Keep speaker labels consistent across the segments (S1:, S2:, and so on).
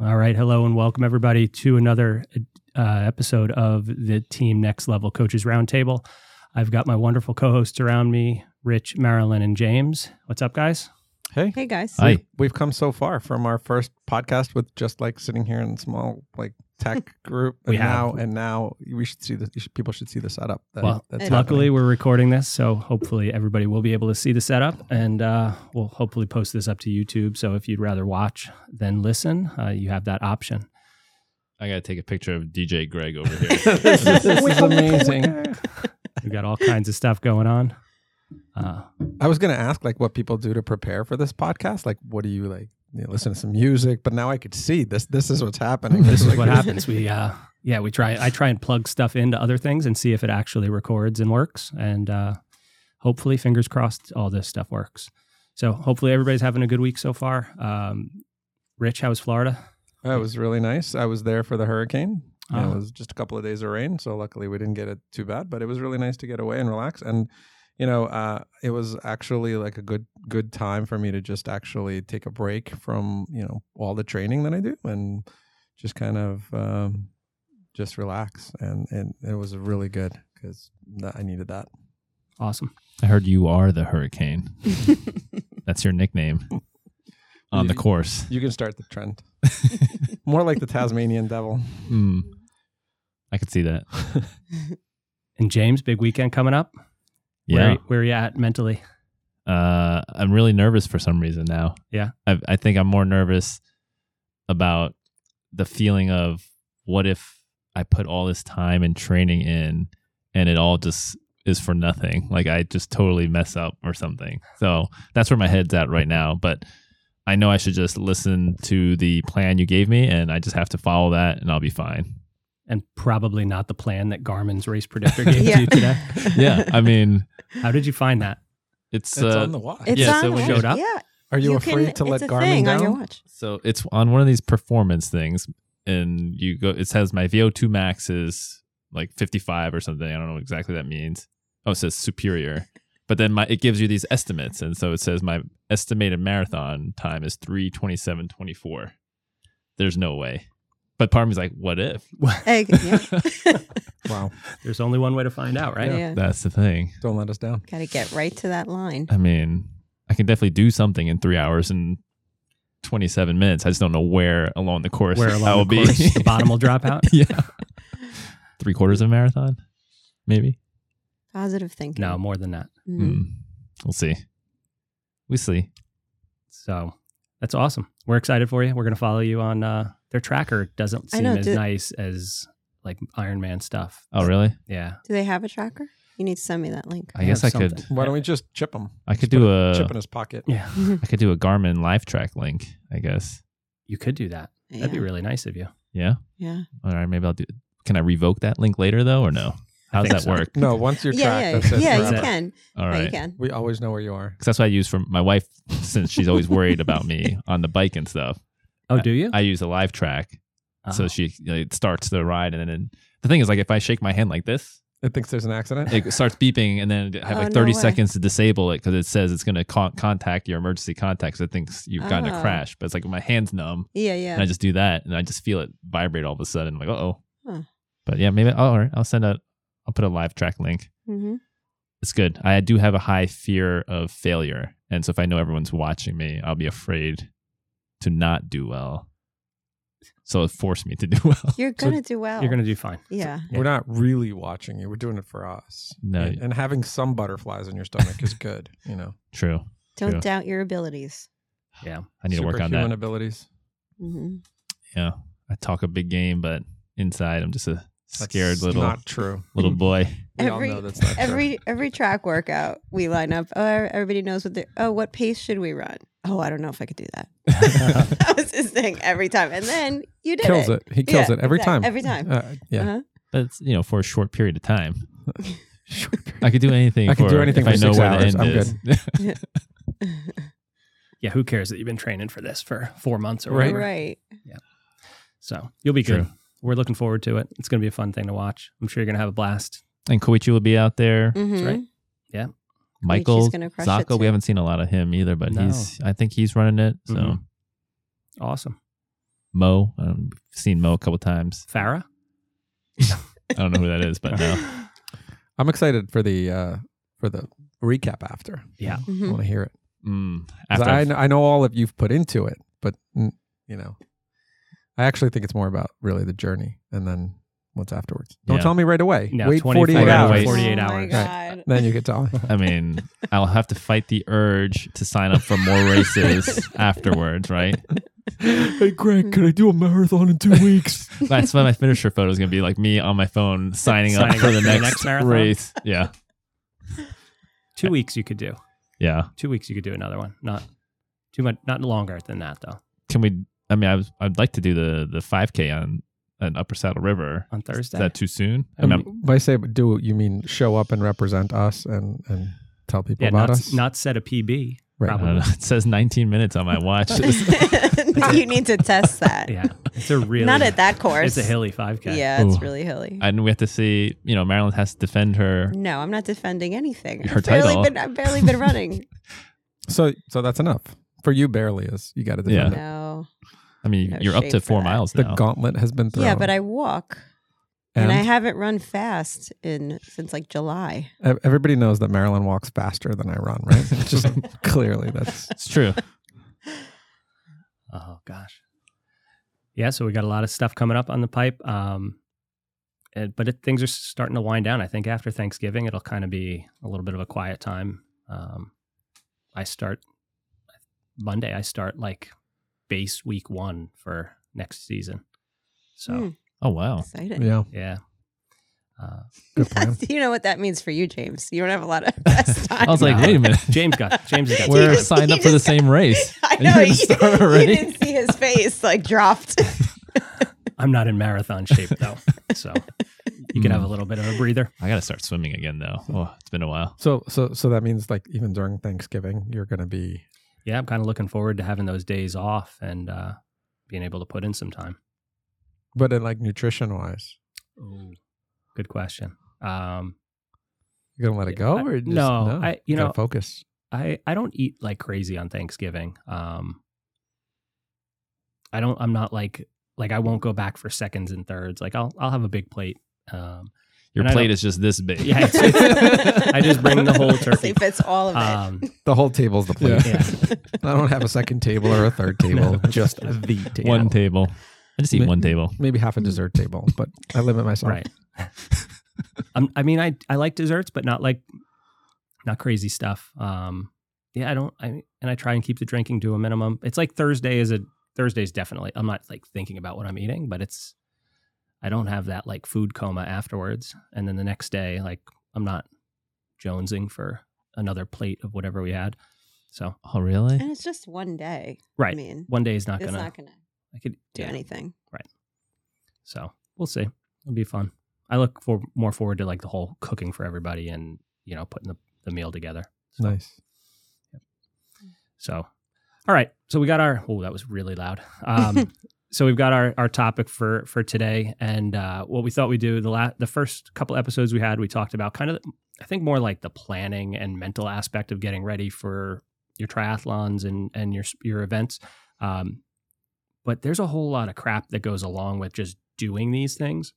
S1: All right. Hello and welcome, everybody, to another uh, episode of the Team Next Level Coaches Roundtable. I've got my wonderful co hosts around me, Rich, Marilyn, and James. What's up, guys?
S2: Hey,
S3: Hey guys.
S4: Hi.
S2: we've come so far from our first podcast with just like sitting here in small like tech group.
S1: We
S2: and now
S1: have.
S2: and now we should see the you should, people should see the setup. That,
S1: Well,
S2: that's
S1: Luckily,
S2: happening.
S1: we're recording this, so hopefully everybody will be able to see the setup, and uh, we'll hopefully post this up to YouTube. So if you'd rather watch than listen, uh, you have that option.
S4: I gotta take a picture of DJ Greg over here.
S2: this, is- this is amazing.
S1: We've got all kinds of stuff going on. Uh,
S2: I was gonna ask like what people do to prepare for this podcast. Like, what do you like? You know, listen to some music, but now I could see this. This is what's happening.
S1: this is
S2: Like,
S1: what happens. We uh, yeah, we try. I try and plug stuff into other things and see if it actually records and works. And uh, hopefully, fingers crossed, all this stuff works. So hopefully, everybody's having a good week so far. Um, Rich, how's Florida?
S2: That was really nice. I was there for the hurricane. and
S1: Oh.
S2: It was just a couple of days of rain, so luckily we didn't get it too bad. But it was really nice to get away and relax. And you know, uh, it was actually like a good good time for me to just actually take a break from you know all the training that I do and just kind of um, just relax. And and it was really good because I needed that.
S1: Awesome.
S4: I heard you are the hurricane. That's your nickname on the course.
S2: You can start the trend. More like the Tasmanian devil.
S4: Hmm. I could see that.
S1: And James, big weekend coming up.
S4: Yeah.
S1: Where, where are you at mentally?
S4: Uh, I'm really nervous for some reason now.
S1: Yeah.
S4: I, I think I'm more nervous about the feeling of what if I put all this time and training in and it all just is for nothing. Like I just totally mess up or something. So that's where my head's at right now. But I know I should just listen to the plan you gave me and I just have to follow that and I'll be fine.
S1: And probably not the plan that Garmin's race predictor gave to
S3: Yeah.
S1: you today.
S4: Yeah. I mean,
S1: How did you find that?
S4: it's,
S2: It's
S4: uh,
S2: on the watch.
S3: It's
S4: Yeah,
S3: on
S4: so we
S3: watch.
S1: showed up.
S3: Yeah.
S2: Are you,
S3: can-
S2: afraid to let
S3: it's a
S2: Garmin
S3: thing
S2: down?
S3: on your watch.
S4: So it's on one of these performance things, and you go. It says my VO2 max is like 55 or something. I don't know what exactly that means. Oh, it says superior, but then my it gives you these estimates, and so it says my estimated marathon time is 3:27:24. There's no way, but part of me's like, what if?
S1: Eh,
S3: Egg, yeah.
S2: Wow!
S1: There's only one way to find out, right?
S3: yeah.
S4: That's the thing.
S2: Don't let us down.
S3: Got to get right to that line.
S4: I mean, I can definitely do something in three hours and 27 minutes. I just don't know where along the course
S1: Where
S4: I will
S1: along the
S4: be.
S1: course the bottom will drop out.
S4: yeah. Three quarters of a marathon, maybe.
S3: Positive thinking.
S1: No, more than that.
S3: Mhm.
S4: Hmm. We'll see. We see.
S1: So that's awesome. We're excited for you. We're going to follow you on uh, their tracker. Doesn't
S3: I
S1: seem
S3: know,
S1: as
S3: did-
S1: nice as like Iron Man stuff.
S4: Oh, really?
S1: Yeah.
S3: Do they have a tracker? You need to send me that link.
S4: I guess I
S1: have
S4: could.
S1: something.
S2: Why don't we just chip him?
S4: I could do a.
S2: chip in his pocket.
S1: Yeah.
S4: I could do a Garmin Live Track link. I guess.
S1: You could do that. That'd be
S3: Yeah.
S1: really nice of you.
S4: Yeah.
S3: Yeah.
S4: All right. Maybe I'll do. Can I revoke that link later though, or no? How does
S1: think
S4: that
S1: so.
S4: work?
S2: No, once you're
S3: yeah, yeah,
S2: tracked, that's it.
S3: yeah,
S2: forever.
S3: you can.
S4: All
S3: Yeah,
S4: right.
S3: you can.
S2: We always know where you are.
S4: 'Cause that's what I use for my wife, since she's always worried about me on the bike and stuff.
S1: Oh, do you?
S4: I use a Live Track,
S1: Oh.
S4: so she you know, it starts the ride, and then the thing is, like, if I shake my hand like this,
S2: It thinks there's an accident.
S4: it starts beeping and then I have
S3: Oh,
S4: like
S3: no
S4: 30
S3: way.
S4: seconds to disable it because it says it's going to con- contact your emergency contacts it thinks you've gotten
S3: Oh.
S4: a crash but it's like my hand's numb
S3: Yeah,
S4: and
S3: yeah.
S4: i just do that and i just feel it vibrate all of a sudden I'm like oh
S3: Huh.
S4: but yeah maybe oh, all right i'll send a i'll put a live track link
S3: hmm
S4: it's good i do have a high fear of failure and so if i know everyone's watching me i'll be afraid to not do well so it forced me to do well
S3: You're
S2: So
S3: going to do well.
S1: You're going to do fine.
S3: Oh. Yeah.
S2: We're not really watching you. We're doing it for us.
S4: No.
S2: And, and having some butterflies in your stomach is good. You know,
S4: true
S3: Don't
S4: Yeah.
S3: doubt your abilities.
S4: i need to work on
S2: Superhuman
S4: that
S2: abilities.
S3: hmm
S4: yeah i talk a big game but inside i'm just a
S2: That's
S4: scared little
S2: Not true.
S4: little boy.
S2: We
S3: Every-
S2: all know that's not true.
S3: Every every track workout we line up. Oh, everybody knows what they're. Oh, what pace should we run? Oh, I don't know if I could do that. that was his thing every time, and then you did
S2: Kills it. He kills
S3: Yeah,
S2: it every
S3: exact-
S2: time.
S3: every time.
S2: Uh, yeah.
S3: Uh-huh.
S4: but it's, you know, for a short period of time,
S3: Uh-huh.
S4: I could do anything.
S2: I could
S4: for,
S2: do anything for
S4: if I know
S2: six
S4: where
S2: hours.
S4: the end
S2: I'm
S4: is.
S1: Yeah. Who cares that you've been training for this for four months or
S2: Right.
S1: whatever?
S3: Right.
S1: So you'll be good.
S4: True.
S1: We're looking forward to it. It's going to be a fun thing to watch. I'm sure you're going to have a blast.
S4: And Koichi will be out there.
S3: Mhm.
S1: right. Yeah.
S4: Michael
S3: gonna crush it
S4: Zaka,
S3: too.
S4: we haven't seen a lot of him either, but
S1: No.
S2: Mm-hmm.
S4: he's. I think he's running it. So
S1: Mhm. Awesome.
S4: Mo. Um, I've seen Mo a couple times.
S1: Farah.
S4: I don't know who that is, but no.
S2: I'm excited for the uh, for the recap after.
S1: Yeah.
S3: Mm-hmm. Hmm.
S2: I want to hear it.
S4: Mm,
S2: 'Cause
S4: after
S2: I,
S4: I've-
S2: kn- I know all of you've put into it, but mm, you know, I actually think it's more about really the journey and then what's afterwards. Don't
S4: Yeah.
S2: tell me right away.
S1: No,
S2: Wait
S1: 24
S2: 48 hours.
S4: hours.
S1: 48
S3: Oh my
S1: hours.
S3: God.
S2: Then you can tell me.
S4: I mean, I'll have to fight the urge to sign up for more races afterwards, right?
S2: hey, Greg, can I do a marathon in two weeks?
S4: That's why my finisher photo is going to be like me on my phone signing, up
S1: Signing
S4: for the next,
S1: marathon?
S4: race. Yeah.
S1: Two weeks you could do.
S4: Yeah.
S1: Two weeks you could do another one. Not too much. Not longer than that though.
S4: Can we? I mean, I was, I'd like to do the, the 5K on, on Upper Saddle River.
S1: On Thursday.
S4: Is that too soon? I
S2: Um,
S4: mean, I'm-
S2: by say do, you mean show up and represent us and, and tell people
S1: yeah.
S2: about
S1: Not,
S2: us?
S1: not set a PB.
S2: Right.
S4: I don't
S1: Probably.
S4: know. it says 19 minutes on my watch.
S3: you need to test that.
S1: yeah. It's a really
S3: Not at that
S1: It's
S3: course.
S1: a hilly 5K.
S3: Yeah, it's
S4: Ooh.
S3: really hilly.
S4: and we have to see, you know, Maryland has to defend her.
S3: no, I'm not defending anything.
S4: Her
S3: I've barely
S4: title.
S3: been I've barely been running.
S2: So, so that's enough. For you, barely is. You got to defend it.
S3: no.
S4: I mean,
S3: No
S4: you're up
S3: shade
S4: to
S3: for
S4: four
S3: that.
S4: miles
S2: The
S4: now.
S2: gauntlet has been thrown.
S3: Yeah, but I walk. And,
S2: And
S3: I haven't run fast in since like July.
S2: ev- everybody knows that Marilyn walks faster than I run, right? Just clearly, that's
S4: it's true.
S1: Oh gosh. Yeah, so we got a lot of stuff coming up on the pipe. Um, and, but it, things are starting to wind down. I think after Thanksgiving, it'll kind of be a little bit of a quiet time. Um, I start Monday. I start like base week one for next season. So
S3: Hmm,
S4: Oh, wow.
S3: exciting.
S2: yeah,
S1: yeah, uh,
S2: good plan.
S3: you know what that means for you, James. You don't have a lot of rest time.
S4: I was like,
S1: No.
S4: wait a minute.
S1: James got James has got.
S4: We're
S3: just-
S4: signed
S3: you
S4: up for the
S3: just-
S4: same race.
S3: I
S4: You
S3: know
S4: didn't
S3: you,
S4: start
S3: you
S4: already?
S3: didn't see his face like dropped.
S1: I'm not in marathon shape though, so you can have a little bit of a breather.
S4: I gotta start swimming again though. Oh, it's been a while.
S2: So, so, so that means like even during Thanksgiving, you're going to be
S1: Yeah, I'm kind of looking forward to having those days off and uh, being able to put in some time.
S2: But in like nutrition wise,
S1: Oh, good question. Um,
S2: you're gonna let it
S1: Yeah,
S2: go
S1: I-
S2: or you just,
S1: no, I- you
S2: gotta
S1: know-
S2: focus.
S1: I I don't eat like crazy on Thanksgiving. Um, I don't. I'm not like like I won't go back for seconds and thirds. Like I'll I'll have a big plate. Um,
S4: Your
S1: And I
S4: plate
S1: don't-
S4: is just this big.
S1: Yeah, it's- I just bring the whole turkey.
S3: He fits all of it.
S1: um,
S2: The whole table's the plate.
S1: Yeah.
S2: I don't have a second table or a third table,
S1: No.
S2: just the table.
S4: one table. I just eat
S2: Ma-
S4: one table.
S2: maybe half a dessert table, but I limit myself.
S1: Mm. right. I'm, I mean, I I like desserts, but not like not crazy stuff. Um, yeah, I don't. I and I try and keep the drinking to a minimum. It's like Thursday is a Thursday's definitely. I'm not like thinking about what I'm eating, but it's I don't have that like food coma afterwards, and then the next day, like I'm not jonesing for another plate of whatever we had. So
S4: Oh really?
S3: and it's just one day. I
S1: right,
S3: mean,
S1: one day is not
S3: it's
S1: gonna.
S3: not going to
S1: I could
S3: do
S1: yeah.
S3: anything.
S1: So we'll see. It'll be fun. I look for more forward to like the whole cooking for everybody and you know putting the, the meal together. So,
S2: Nice.
S1: So, all right. So we got our. Oh, that was really loud. Um, so we've got our our topic for for today, and uh, what we thought we'd do the la- the first couple episodes we had, we talked about kind of I think more like the planning and mental aspect of getting ready for your triathlons and and your your events. Um, but there's a whole lot of crap that goes along with just doing these things.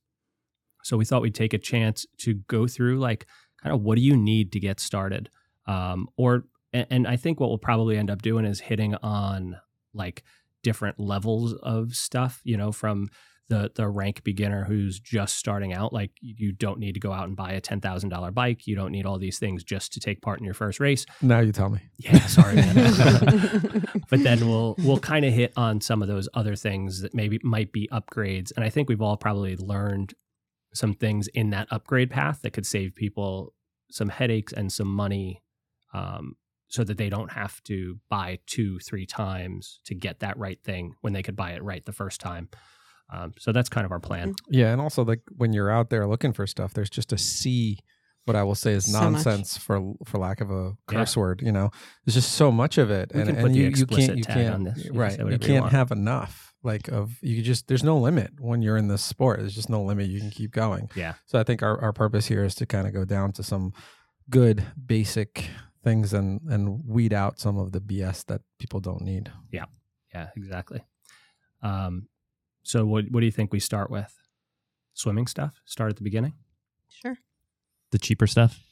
S1: So we thought we'd take a chance to go through like kind of what do you need to get started, um, or and, and I think what we'll probably end up doing is hitting on like different levels of stuff. You know, from the the rank beginner who's just starting out, like you don't need to go out and buy a ten thousand dollar bike. You don't need all these things just to take part in your first race.
S2: Now you tell me.
S1: Yeah, sorry. man. but then we'll we'll kind of hit on some of those other things that maybe might be upgrades, and I think we've all probably learned some things in that upgrade path that could save people some headaches and some money, um, so that they don't have to buy two, three times to get that right thing when they could buy it right the first time. Um, so that's kind of our plan.
S2: Yeah, and also like when you're out there looking for stuff, there's just a sea. What I will say is
S3: So much.
S2: nonsense for for lack of a curse word. You know, there's just so much of it,
S1: We
S2: and,
S1: can
S2: and
S1: put the
S2: you, you
S1: explicit
S2: can't you
S1: tag
S2: can't
S1: on this. You can
S2: right.
S1: say
S2: You
S1: whatever you
S2: can't
S1: want.
S2: have enough. Like of you just there's no limit when you're in this sport. There's just no limit. You can keep going.
S1: Yeah.
S2: So I think our our purpose here is to kind of go down to some good basic things and and weed
S3: Mm-hmm.
S2: out some of the BS that people don't need.
S1: Yeah, exactly. Um, So what what do you think we start with? Swimming stuff? Start at the beginning?
S3: Sure.
S4: The cheaper stuff.
S1: Yeah.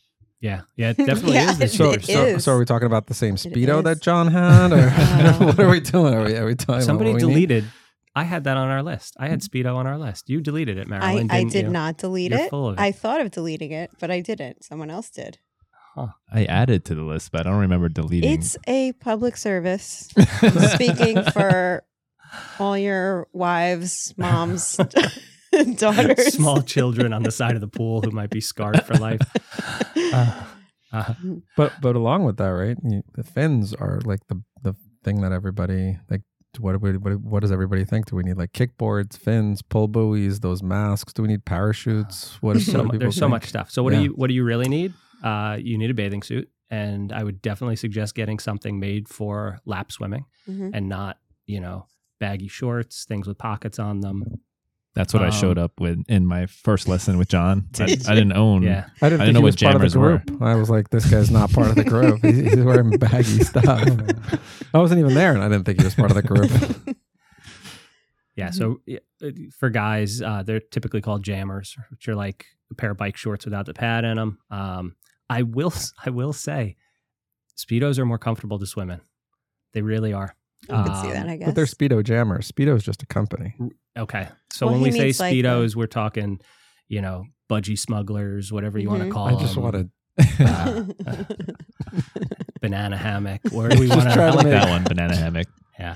S1: Yeah, it definitely
S3: Yeah,
S1: is. The
S3: it
S2: So,
S1: cheaper stuff.
S2: so,
S3: is.
S2: so are we talking about the same speedo
S3: is.
S2: that John had,
S3: Oh.
S2: or what are we doing? Are we, are we talking?
S1: Somebody
S2: about what we need?
S1: deleted. I had that on our list. I had Speedo on our list. You deleted it,
S3: I,
S1: Marilyn.
S3: I
S1: didn't
S3: did
S1: you?
S3: not delete
S1: You're
S3: it.
S1: full of it.
S3: I thought of deleting it, but I didn't. Someone else did.
S4: I added to the list, but I don't remember deleting.
S3: It's a public service. Speaking for all your wives, moms, daughters.
S1: Small children on the side of the pool who might be scarred for life. Uh, uh,
S2: But but along with that, right? you- The fins are like the the thing that everybody like. What, what what what does everybody think? Do we need like kickboards, fins, pull buoys, those masks? Do we need parachutes? What,
S1: so
S2: what
S1: mu-
S2: do people
S1: there's so
S2: think?
S1: much stuff. So what
S2: Yeah.
S1: do you what do you really need? Uh, you need a bathing suit, and I would definitely suggest getting something made for lap swimming
S3: Mhm.
S1: and not you know baggy shorts, things with pockets on them.
S4: That's what I
S1: Um,
S4: showed up with in my first lesson with John. I, I
S1: Did
S4: didn't
S2: Mm-hmm.
S4: own.
S1: Yeah,
S2: I didn't,
S4: I
S2: think
S4: didn't know
S2: he
S4: what
S2: was part of the
S4: jammers were.
S2: group. I was like, this guy's not part of the group. he's, he's wearing baggy stuff. I wasn't even there, and I didn't think he was part of the group.
S1: Yeah.
S3: Mhm.
S1: So yeah, uh, for guys, uh, they're typically called jammers, which are like a pair of bike shorts without the pad in them. Um, I will, I will say, speedos are more comfortable to swim in. They really are.
S3: I could see that,
S1: Um,
S3: I guess.
S2: But they're speedo jammers. Speedo's just a company.
S1: Okay. So
S3: Well,
S1: when we
S3: he
S1: say
S3: means, like, the-
S1: speedos, we're talking, you know, budgie smugglers, whatever you want to
S3: Mhm.
S1: call
S2: I just
S1: them,
S2: want to
S1: uh, banana hammock, where we
S2: Just
S1: want
S2: try
S4: I
S2: to
S4: like
S1: to.
S2: make-
S4: that one, banana hammock.
S1: Yeah.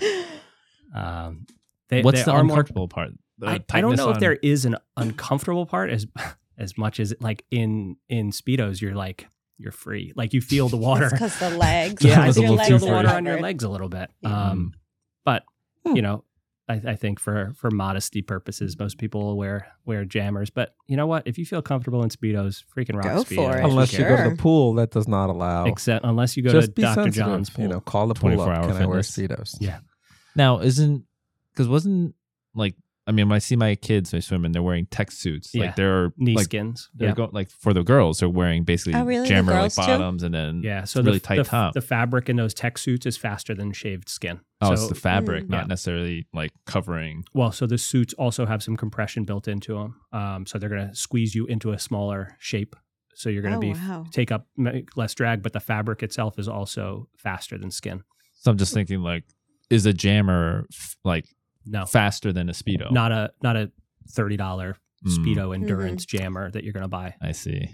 S1: Um, they,
S4: What's
S1: they
S4: the
S1: are more
S4: uncomfortable part? The
S1: I, I don't
S4: tightness
S1: know if
S4: on-
S1: there is an uncomfortable part as as much as like in in speedos you're like you're free like you feel the water
S3: because the legs.
S1: yeah
S4: John
S1: I
S4: was a
S1: think you
S4: little
S1: feel
S4: too
S1: the water
S4: free.
S1: on your legs a little bit
S3: Yeah.
S1: um but
S2: Hmm.
S1: you know I, I think for for modesty purposes most people wear wear jammers but you know what if you feel comfortable in speedos freaking rock
S3: Go
S1: speedos
S3: for it.
S1: Who
S2: unless you go to
S1: cares?
S2: the
S3: Sure.
S2: pool. That does not allow.
S1: except unless you go
S2: Just
S1: to
S2: be
S1: Dr
S2: sensitive,
S1: John's pool
S2: You know, call the pool
S4: 24
S2: up.
S4: hour
S2: Can I wear
S4: fitness.
S2: speedos?
S1: Yeah.
S4: Now, isn't because wasn't like I mean, when I see my kids they swim and they're wearing tech suits.
S1: Yeah.
S4: Like they're
S1: knee
S4: like
S1: skins
S4: they're
S1: Yep.
S4: go- like for the girls, they're wearing basically
S3: Oh, really? The
S4: jammer like
S3: girls too?
S4: bottoms and then
S1: yeah so
S4: it's
S1: the,
S4: really tight
S1: the,
S4: top.
S1: the fabric in those tech suits is faster than shaved skin
S4: oh,
S1: so
S4: it's the fabric,
S3: Mm.
S4: not
S1: Yeah.
S4: necessarily like covering.
S1: Well, so the suits also have some compression built into them, um, so they're going to squeeze you into a smaller shape. So you're going to be
S3: oh, wow.
S1: take up m- less drag, but the fabric itself is also faster than skin.
S4: So I'm just thinking like, is a jammer f- like
S1: No,
S4: faster than a speedo?
S1: not a not a thirty dollar
S4: Mm,
S1: speedo
S3: Mm-hmm.
S1: endurance jammer that you're going to buy.
S4: I see.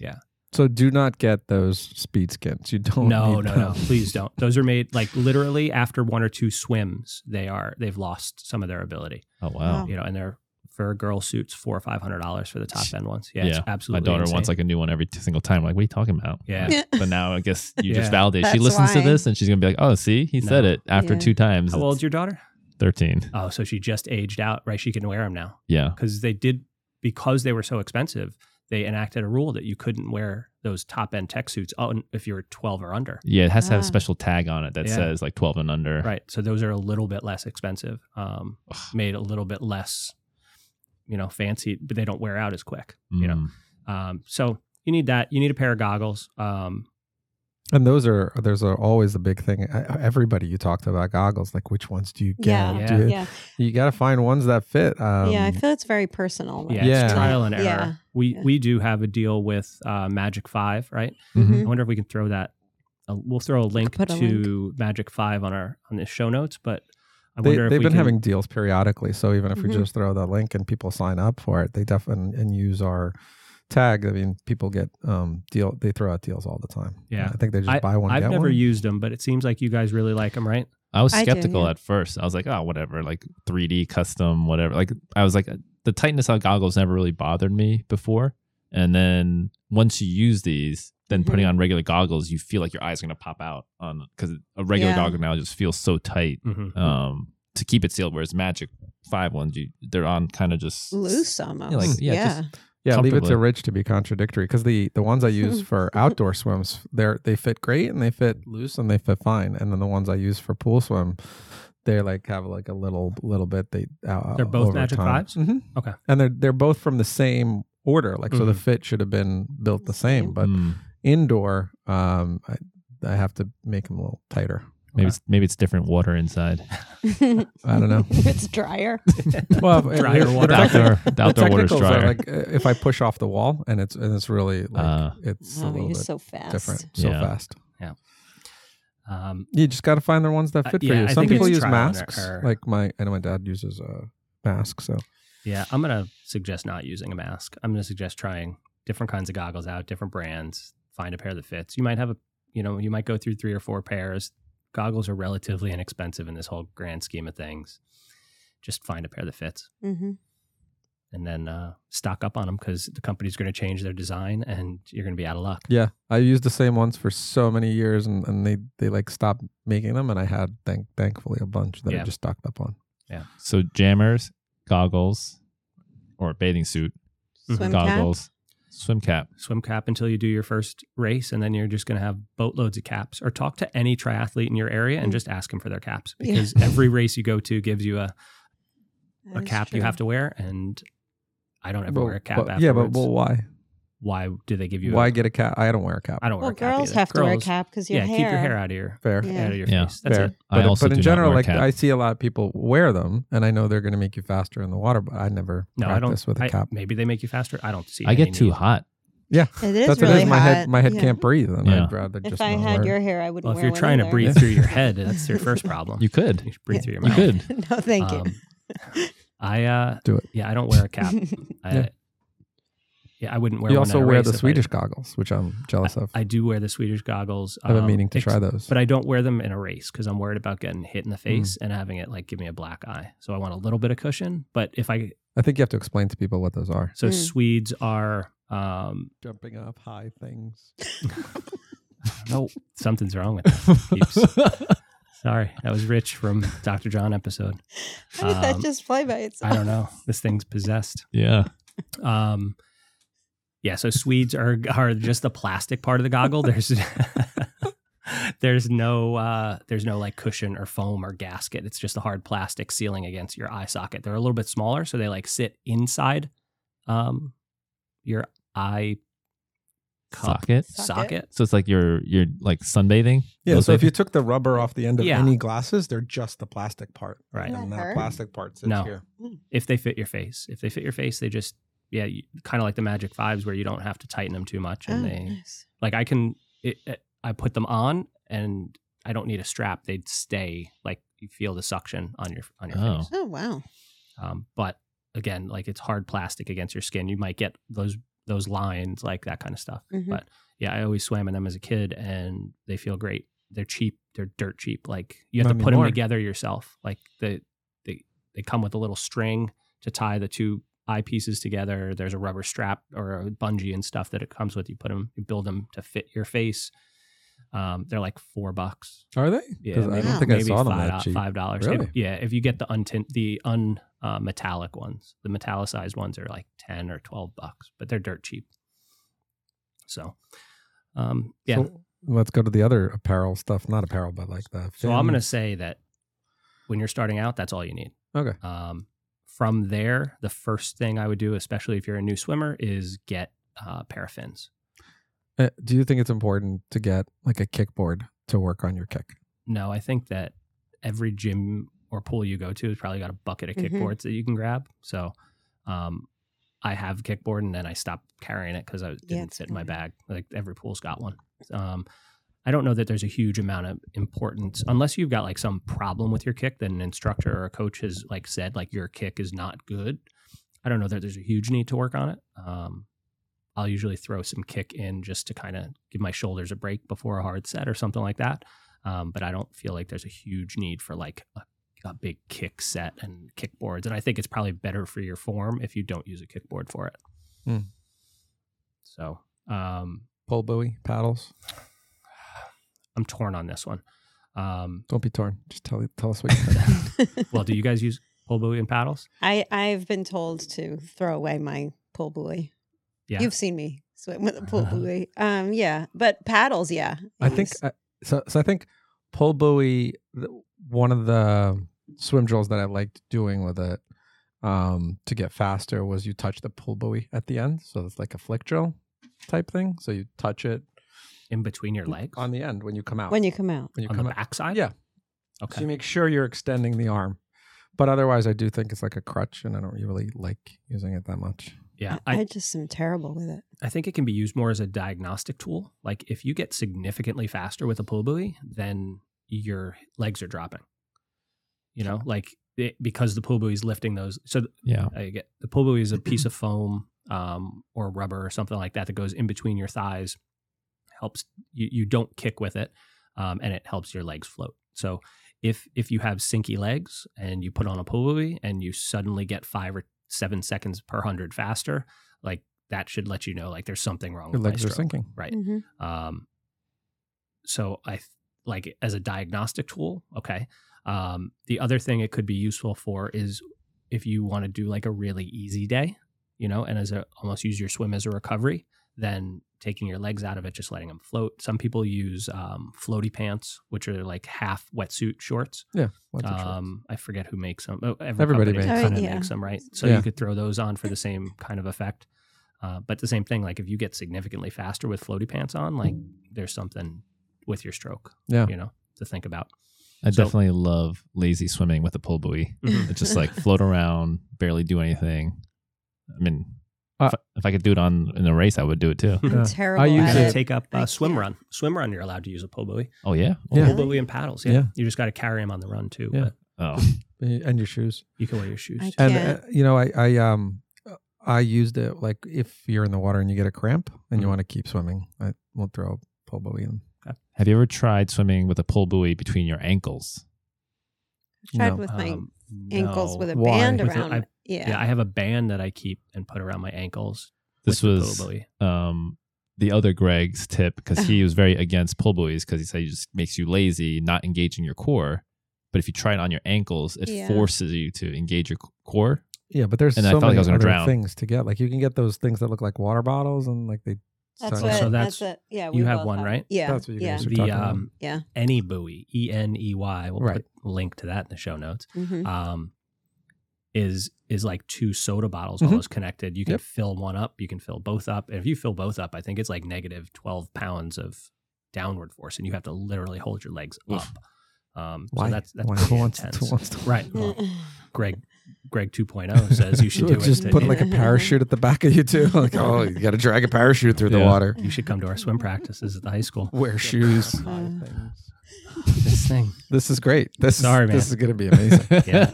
S2: So do not get those speed skins. You
S4: Oh,
S2: don't.
S1: No,
S2: need
S1: no,
S2: them.
S1: no. Please don't. Those are made like literally after one or two swims, they are they've lost some of their ability.
S4: Oh wow.
S3: Wow.
S1: You know, and they're for girl suits four or five hundred dollars for the top end ones. Yeah, it's
S4: Yeah. My
S1: absolutely.
S4: daughter
S1: insane.
S4: wants like a new one every t- single time. Like, what are you talking about?
S1: Yeah.
S4: Like, but now I guess you
S1: Yeah.
S4: just validate. She
S3: That's
S4: listens
S3: why.
S4: to this and she's gonna be like, "Oh, see, he said
S1: No.
S4: it after
S3: Yeah.
S4: two times."
S1: How old's
S4: It's
S1: your daughter?
S4: Thirteen.
S1: Oh, so she just aged out, right? She can wear them now.
S4: Yeah.
S1: because they did because they were so expensive they enacted a rule that you couldn't wear those top end tech suits on if you were 12 or under
S4: Yeah, it has to have
S3: Ah.
S4: a special tag on it that
S1: Yeah.
S4: says like 12 and under.
S1: right so those are a little bit less expensive um,
S4: Ugh.
S1: made a little bit less you know fancy but they don't wear out as quick you know
S4: Mm.
S1: um, so you need that you need a pair of goggles um,
S2: And those are there's are always a big thing. I, I- everybody you talked about goggles. Like which ones do you get?
S3: Yeah.
S1: Yeah.
S2: dude?
S3: Yeah.
S2: You got to find ones that fit. Um,
S3: yeah. I feel it's very personal.
S1: yeah,
S2: Yeah.
S1: It's trial and error
S3: Yeah.
S1: we
S3: Yeah.
S1: we do have a deal with uh, magic five right
S4: Mhm.
S2: Mm-hmm.
S1: I wonder if we can throw that. Uh, we'll throw a link
S3: Put
S1: to
S3: a
S1: Magic Five on our on the show notes, but I
S2: They,
S1: wonder
S2: they've
S1: if we
S2: been
S1: can,
S2: having deals periodically, so even if we
S3: Mhm.
S2: just throw the link and people sign up for it, they definitely and use our tag. I mean, people get um deal. They throw out deals all the time.
S1: Yeah.
S2: I think they just buy one.
S1: I've
S2: get
S1: never
S2: one.
S1: used them, but it seems like you guys really like them, right?
S4: I was
S3: I do,
S4: skeptical
S3: yeah.
S4: at first. I was like, oh, whatever, like 3D custom, whatever. Like, I was like, uh, the tightness on goggles never really bothered me before. And then once you use these, then putting
S3: Mm-hmm.
S4: on regular goggles, you feel like your eyes are going to pop out on because a regular
S3: Yeah.
S4: goggle now just feels so tight
S1: Mm-hmm.
S4: um, to keep it sealed. Whereas Magic Five ones, you they're on kind of just
S3: Loose almost.
S4: like, yeah,
S3: yeah.
S2: Yeah, leave it to
S4: comfortably.
S2: Rich to be contradictory because the the ones I use for outdoor swims, they're they fit great and they fit loose and they fit fine. And then the ones I use for pool swim, they like have like a little little bit. They uh,
S1: They're both
S2: over
S1: Magic
S2: time.
S1: Fives?
S2: Mhm.
S1: Okay.
S2: and they're they're both from the same order. Like so, the
S1: Mhm.
S2: fit should have been built the same, but
S4: Mm-hmm. Mm.
S2: indoor, um, I, I have to make them a little tighter.
S4: Maybe it's maybe it's different water inside.
S2: I don't know.
S3: it's drier.
S2: Well,
S1: Drier
S2: the
S1: water.
S4: The
S2: technical-
S4: outdoor, the
S2: the
S4: outdoor water's
S2: technicals are
S4: drier.
S2: like uh, if I push off the wall and it's and it's really like
S4: Uh,
S2: it's a
S3: Oh,
S2: little
S3: you're
S2: bit
S3: just so fast.
S2: different, so
S4: Yeah.
S2: fast.
S1: Um,
S2: You just got to find the ones that
S1: Uh,
S2: fit
S1: yeah,
S2: for you.
S1: I
S2: Some
S1: think
S2: people
S1: it's
S2: use
S1: trial and
S2: masks,
S1: error.
S2: like my I know my dad uses a mask, so
S1: yeah, I'm gonna suggest not using a mask. I'm gonna suggest trying different kinds of goggles out, different brands. Find a pair that fits. You might have a, you know, you might go through three or four pairs. Goggles are relatively inexpensive in this whole grand scheme of things. Just find a pair that fits.
S3: Mm-hmm.
S1: and then uh, stock up on them because the company's going to change their design and you're going to be out of luck.
S2: yeah, I used the same ones for so many years, and, and they they like stopped making them, and I had thank thankfully a bunch that
S1: Yeah.
S2: I just stocked up on.
S4: So jammers, goggles, or bathing suit,
S1: Mm-hmm.
S3: Swim cap.
S4: goggles, swim cap.
S1: Swim cap until you do your first race, and then you're just going to have boatloads of caps. Or talk to any triathlete in your area and just ask them for their caps
S3: Mm. Yeah.
S1: because every race you go to gives you a,
S3: That
S1: a
S3: is
S1: cap
S3: true.
S1: you have to wear. And I don't ever
S2: But-
S1: wear a cap
S2: but-
S1: afterwards.
S2: yeah, but well, why?
S1: why do they give you?
S2: Why
S1: A,
S2: get a cap? I don't wear a cap.
S1: I don't wear
S3: Well,
S1: a cap.
S3: girls
S1: either.
S3: have to wear a
S1: Girls-
S3: cap because your
S1: Yeah,
S3: hair.
S1: keep your hair out of your
S2: Fair.
S3: Yeah.
S1: out of your
S4: Yeah.
S1: face. That's
S2: Fair.
S1: it.
S4: I
S2: But, uh,
S4: also
S2: but in
S4: do
S2: general,
S4: not wear
S2: like
S4: a cap.
S2: I see a lot of people wear them, and I know they're going to make you faster in the water, but I never
S1: No, I
S2: practice
S1: don't.
S2: with a
S1: I-
S2: cap.
S1: maybe they make you faster. I don't see.
S4: I
S1: any
S4: get too
S1: need.
S4: hot.
S3: It is
S2: That's
S3: really
S2: what it is. My
S3: hot.
S2: head, my head
S3: Yeah.
S2: can't breathe, and
S4: Yeah.
S2: I'd rather
S3: If
S2: just
S3: I
S2: not
S3: had
S2: wear it.
S3: your hair, I wouldn't.
S1: Well, if
S3: wear
S1: you're
S3: one
S1: trying to
S3: either.
S1: breathe through your head, that's your first problem.
S4: You could.
S1: You should breathe through your
S4: You
S1: mouth.
S4: could.
S3: no, thank you.
S1: Um, I uh,
S2: Do it.
S1: Yeah, I don't wear a cap. I, yeah.
S2: Yeah.
S1: Uh, I wouldn't wear.
S2: You
S1: one
S2: also
S1: at a
S2: wear
S1: race
S2: the
S1: if I-
S2: Swedish goggles, which I'm jealous of.
S1: I do wear the Swedish goggles.
S2: I've been
S1: um,
S2: meaning to
S1: ex-
S2: try Mm. those.
S1: but I don't wear them in a race because I'm worried about getting hit in the face and having it like give me a black eye. So I want a little bit of cushion. But if I
S2: I think you have to explain to people what those are.
S1: so
S3: Mm.
S1: Swedes are um
S2: Jumping off high things.
S1: no something's wrong with that. Keeps- Sorry, that was Rich from Dr. John episode.
S3: How did that
S1: um,
S3: just play by
S1: I
S3: itself?
S1: don't know. This thing's possessed.
S4: yeah.
S1: Um, yeah, so Swedes are are just the plastic part of the goggle. There's there's no uh, there's no like cushion or foam or gasket. It's just a hard plastic sealing against your eye socket. They're a little bit smaller, so they like sit inside um, your eye cup
S4: Socket.
S1: socket.
S3: Socket.
S4: So it's like you're you're like sunbathing.
S2: Yeah.
S4: Those
S2: so if
S4: things?
S2: you took the rubber off the end of
S1: Yeah.
S2: any glasses, they're just the plastic part,
S1: Right.
S3: Doesn't
S2: And
S3: that
S2: that
S3: hurt?
S2: plastic part sits
S1: No.
S2: here.
S1: If they fit your face, if they fit your face, they just yeah, kind of like the Magic Fives where you don't have to tighten them too much and
S3: Oh,
S1: they
S3: nice.
S1: like i can it, it, i put them on and i don't need a strap they'd stay like you feel the suction on your on your
S4: Oh.
S1: face
S3: Oh wow.
S1: um, but again like it's hard plastic against your skin you might get those those lines like that kind of stuff
S3: Mhm.
S1: but yeah i always swam in them as a kid and they feel great they're cheap they're dirt cheap like you have
S2: Not
S1: to put
S2: anymore.
S1: them together yourself like the they they come with a little string to tie the two eye pieces together there's a rubber strap or a bungee and stuff that it comes with you put them you build them to fit your face um, they're like four bucks
S2: Are they?
S1: yeah,
S2: 'Cause I
S1: maybe-
S2: don't think I
S1: maybe
S2: saw them
S1: five,
S2: that cheap.
S1: Five dollars. If-
S2: Really?
S1: yeah, if you get the untint, the un uh, metallic ones, the metallicized ones are like ten or twelve bucks, but they're dirt cheap. So, um, yeah. So,
S2: So let's go to the other apparel stuff. Not apparel, but like the.
S1: I'm
S2: fin-
S1: gonna say that when you're starting out, that's all you need.
S2: Okay.
S1: Um, from there, the first thing I would do, especially if you're a new swimmer, is get uh, paraffins.
S2: Uh, do you think it's important to get like a kickboard to work on your kick?
S1: No, I think that every gym or pool you go to has probably got a bucket of
S3: Mhm.
S2: Mm-hmm.
S1: kickboards that you can grab. So, um, I have a kickboard and then I stopped carrying it because I didn't
S3: it's
S1: fit in my
S3: fine.
S1: bag. Like every pool's got one. Um, I don't know that there's a huge amount of importance unless you've got like some problem with your kick that an instructor or a coach has like said like your kick is not good. I don't know that there's a huge need to work on it. Um, I'll usually throw some kick in just to kind of give my shoulders a break before a hard set or something like that. Um, but I don't feel like there's a huge need for like a, a big kick set and kickboards. And I think it's probably better for your form if you don't use a kickboard for it.
S2: Hmm.
S1: So um,
S2: Pole buoy, paddles.
S1: I'm torn on this one. Um,
S2: Don't be torn. Just tell tell us what you think.
S1: well, do you guys use pole buoy and paddles?
S3: I I've been told to throw away my pool buoy.
S1: Yeah.
S3: You've seen me swim with a pool buoy. Um, yeah, but paddles, yeah.
S2: I think
S3: use.
S2: I, so. So I think pole buoy. th- One of the swim drills that I liked doing with it um, to get faster was you touch the pull buoy at the end. So it's like a flick drill type thing. So you touch it
S1: in between your legs
S2: on the end when you come out.
S3: when you come out.
S2: When you
S1: on
S2: come
S1: the
S2: out.
S1: backside.
S2: Yeah.
S1: Okay.
S2: So you make sure you're extending the arm. But otherwise, I do think it's like a crutch, and I don't really like using it that much.
S1: yeah.
S3: I,
S1: I,
S3: just am terrible with it.
S1: I think it can be used more as a diagnostic tool. Like if you get significantly faster with a pull buoy, then your legs are dropping. You know, like it, because the pull buoy is lifting those. So
S4: Yeah.
S1: I get the pull buoy is a piece of foam um, or rubber or something like that that goes in between your thighs. Helps you, you don't kick with it, um, and it helps your legs float. So if if you have sinky legs and you put on a pull buoy and you suddenly get five or seven seconds per hundred faster, like that should let you know like there's something wrong.
S2: Your
S1: with my
S2: legs are
S1: stroke.
S2: sinking.
S1: right?
S3: Mhm.
S1: Um, so I th- like as a diagnostic tool. Okay. Um, the other thing it could be useful for is if you want to do like a really easy day, you know, and as a almost use your swim as a recovery, then taking your legs out of it, just letting them float. Some people use um, floaty pants, which are like half wetsuit shorts.
S2: What's the choice?
S1: Um, I forget who makes them. Oh, every
S2: Everybody
S1: company
S3: makes
S1: kind of
S3: them. Oh, yeah.
S1: makes them, right? So
S2: Yeah.
S1: you could throw those on for the same kind of effect. Uh, but the same thing, like if you get significantly faster with floaty pants on, like there's something with your stroke,
S2: yeah.
S1: you know, to think about.
S4: I
S1: So-
S4: definitely love lazy swimming with a pull buoy.
S3: Mm-hmm.
S1: Mhm.
S4: It's just like float around, barely do anything. I mean,
S2: Uh,
S4: if, I- if I could do it on in a race, I would do it too.
S3: I'm
S2: Yeah.
S3: terrible
S2: I
S3: at
S2: use
S1: And
S2: it.
S3: it.
S1: take up
S3: I
S1: uh, swim
S3: can't.
S1: run. Swim run, you're allowed to use a pull buoy.
S4: Oh yeah. Oh,
S2: Yeah.
S1: Pull
S3: Really?
S1: buoy and paddles. Yeah.
S2: Yeah.
S1: You just got to carry them on the run too.
S2: Yeah.
S1: But
S4: oh.
S2: And your shoes.
S1: you can wear your shoes.
S3: I
S1: too.
S2: And
S3: can't.
S2: uh, you know, I I um I used it like if you're in the water and you get a cramp and you
S1: Mhm.
S2: want to keep swimming, I won't throw a pull buoy in.
S4: Have you ever tried swimming with a pull buy between your ankles?
S3: Tried
S2: No.
S3: with my
S1: Um,
S3: ankles with a
S2: Why?
S3: band
S1: With a-
S3: around.
S1: I-
S3: my- yeah.
S1: yeah. I have a band that I keep and put around my ankles.
S4: This
S1: with the
S4: was
S1: pull buoy.
S4: um, the other Greg's tip because he was very against pull buoys because he said it just makes you lazy, not engaging your core. But if you try it on your ankles, it
S3: Yeah.
S4: forces you to engage your c- core.
S2: Yeah, but there's
S4: And I
S2: so
S4: felt like I
S2: many
S4: was gonna
S2: other
S4: drown.
S2: things to get. Like you can get those things that look like water bottles and like they.
S3: That's
S2: so-
S3: what.
S1: So
S3: that's,
S1: that's-
S3: it. Yeah.
S1: you have
S3: both
S1: one, right?
S3: Yeah.
S2: That's what you
S3: yeah.
S2: guys are
S1: the
S2: talking about.
S1: um
S3: Yeah.
S1: any buoy e n e y we'll
S2: Right.
S1: put a link to that in the show notes
S3: Mhm.
S1: um is is like two soda bottles
S2: Mhm.
S1: almost connected you can
S2: Yep.
S1: fill one up you can fill both up and if you fill both up i think it's like negative 12 pounds of downward force and you have to literally hold your legs
S4: Oof.
S1: up um
S2: Why?
S1: so that's that's
S2: Why?
S1: pretty
S2: Who wants,
S1: intense
S2: who wants to?
S1: right well, greg greg 2.0 says you should do it
S2: just
S1: to-
S2: put
S1: you
S2: like a parachute at the back of you too. Like oh, you got to drag a parachute through the
S4: Yeah.
S2: water.
S1: you should come to our swim practices at the high school
S2: Wear shoes.
S3: Uh,
S1: this thing
S2: This is great. This
S1: Sorry,
S2: is,
S1: man.
S2: This is gonna be amazing.
S1: yeah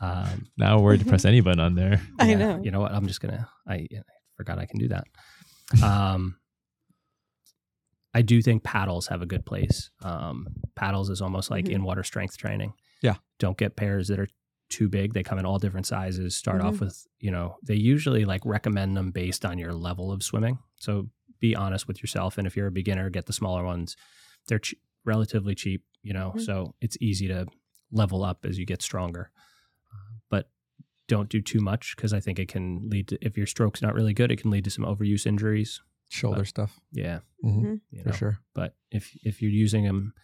S1: um
S4: Now we're worried to press
S3: Mm-hmm.
S4: any button on there.
S3: I
S1: Yeah,
S3: know.
S1: You know what? I'm just gonna. I, I forgot I can do that. Um, I do think paddles have a good place. Um, paddles is almost like
S3: Mhm.
S1: in water strength training.
S2: Mm-hmm. Yeah.
S1: Don't get pairs that are too big. They come in all different sizes. Start
S3: Mhm.
S2: Mm-hmm.
S1: off with you know they usually like recommend them based on your level of swimming. So be honest with yourself, and if you're a beginner, get the smaller ones. They're ch- relatively cheap, you know,
S2: Mm.
S3: Mhm.
S1: so it's easy to level up as you get stronger. Uh, But don't do too much because I think it can lead to if your stroke's not really good, it can lead to some overuse injuries.
S2: Shoulder stuff
S1: Yeah,
S2: Mhm,
S3: Mhm.
S1: you
S2: for
S1: know.
S2: sure.
S1: But if if you're using them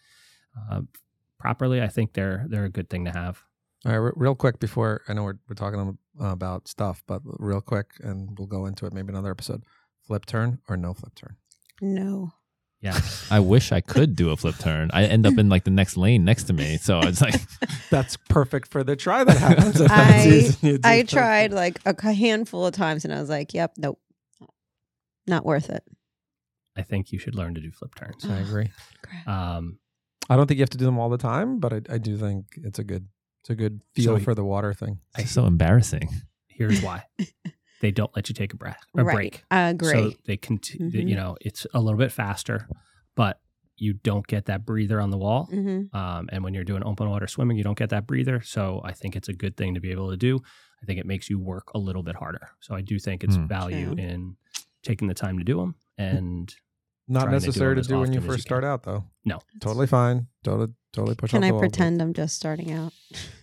S1: uh, properly, I think they're they're a good thing to have.
S2: All right, re- real quick before I know we're, we're talking about stuff, but real quick, and we'll go into it maybe another episode. Flip turn or no flip turn?
S3: No.
S1: Yeah,
S4: I wish I could do a flip turn. I end up in like the next lane next to me. So it's like,
S2: That's perfect for the try that happens. at
S3: I-
S2: season. You do
S3: I
S2: flip
S3: tried like a c- handful of times, and I was like, "Yep, nope, not worth it."
S1: I think you should learn to do flip turns.
S3: Uh-huh.
S2: turn. I agree.
S3: Crap.
S1: Um,
S2: I don't think you have to do them all the time, but I, I do think it's a good it's a good feel
S1: So-
S2: for the water thing.
S4: it's so embarrassing.
S1: here's why they don't let you take a breath or
S3: right. Uh,
S1: break.
S3: I agree.
S1: So they continue.
S3: Mhm.
S1: You know, it's a little bit faster, but you don't get that breather on the wall.
S3: hmm
S1: Um, and when you're doing open water swimming, you don't get that breather. So I think it's a good thing to be able to do. I think it makes you work a little bit harder. So I do think it's
S4: Hmm.
S1: value
S3: True. Mm.
S1: in taking the time to do them. And
S2: Not
S1: Trying to do
S2: necessary
S1: them
S2: to
S1: as
S2: do when
S1: often
S2: you
S1: as
S2: first
S1: you
S2: start
S1: can.
S2: out, though.
S1: No.
S2: totally fine. Totally, totally push. off
S3: Can I
S2: the wall, but-
S3: pretend I'm just starting out?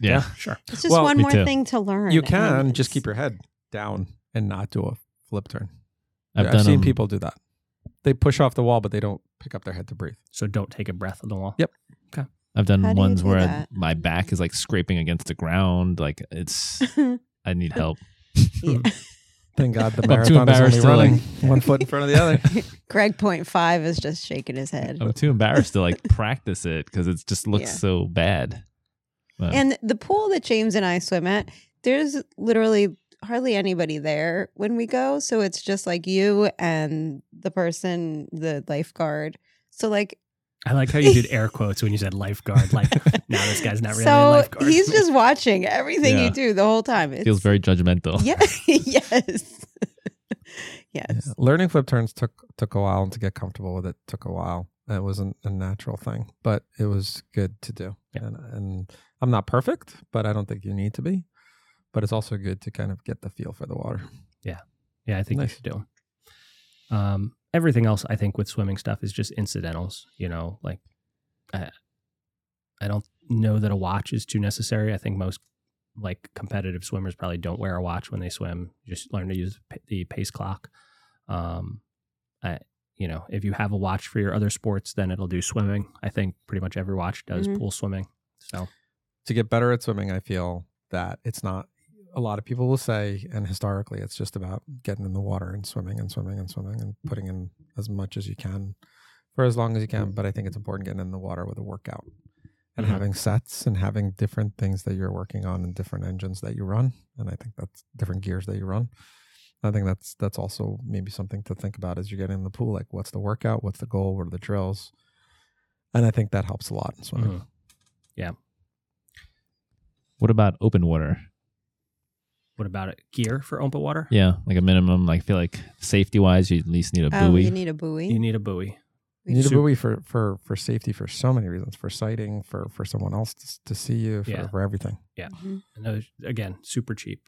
S4: Yeah.
S1: sure.
S3: It's just
S2: Well,
S3: one
S4: me
S3: more
S4: too.
S3: thing to learn.
S2: You
S3: and
S2: can
S3: it's-
S2: just keep your head down and not do a flip turn.
S4: I've,
S2: I've,
S4: done um,
S2: seen
S4: them-
S2: people do that. They push off the wall, but they don't pick up their head to breathe.
S1: So don't take a breath on the wall.
S2: Yep.
S4: I've
S3: How
S4: done
S3: do you
S4: ones
S3: do
S4: where
S3: that?
S4: my back is like scraping against the ground. Like it's, I need help.
S3: Yeah.
S2: Thank God the
S4: I'm
S2: marathon
S4: too
S2: is
S4: embarrassed
S2: only
S4: to,
S2: running
S4: like-
S2: one foot in front of the other.
S3: Greg point five is just shaking his head.
S4: I'm too embarrassed to like practice it because it just looks
S3: Yeah.
S4: so bad. But-
S3: And the pool that James and I swim at, there's literally hardly anybody there when we go. So it's just like you and the person, the lifeguard. So like
S1: I like how you did air quotes when you said lifeguard. Like, no, this guy's not really a
S3: so
S1: lifeguard.
S3: he's just watching everything
S4: Yeah.
S3: you do the whole time. It's,
S4: feels very judgmental.
S3: yeah, yes, yes.
S2: Learning flip turns took took a while, and to get comfortable with it took a while. It wasn't a natural thing, but it was good to do.
S1: Yeah.
S2: And, and I'm not perfect, but I don't think you need to be. But it's also good to kind of get the feel for the water.
S1: Yeah, I think
S2: Nice.
S1: you should do 'em. Um, everything else, I think, with swimming stuff is just incidentals. You know, like I, I don't know that a watch is too necessary. I think most like competitive swimmers probably don't wear a watch when they swim. Just learn to use p- the pace clock. Um, I, you know, if you have a watch for your other sports, then it'll do swimming. I think pretty much every watch does
S3: Mhm.
S1: pool swimming. So
S2: to get better at swimming, I feel that it's not a lot of people will say, and historically, it's just about getting in the water and swimming and swimming and swimming and putting in as much as you can for as long as you can. But I think it's important getting in the water with a workout and
S1: Mhm.
S2: having sets and having different things that you're working on and different engines that you run. And I think that's different gears that you run. I think that's that's also maybe something to think about as you get in the pool. Like, what's the workout? What's the goal? What are the drills? And I think that helps a lot in swimming.
S1: mhm.
S4: What about open water?
S1: what about it? Gear for Ompa water?
S4: Yeah, like a minimum. Like I feel like safety wise, you at least need a
S3: Oh,
S4: buoy.
S3: you need a buoy.
S1: You need a buoy.
S2: You need a
S1: Sup-
S2: buoy for, for, for safety for so many reasons for sighting for, for someone else to, s- to see you for,
S1: Yeah.
S2: for everything.
S3: Mhm.
S1: And those, again, super cheap.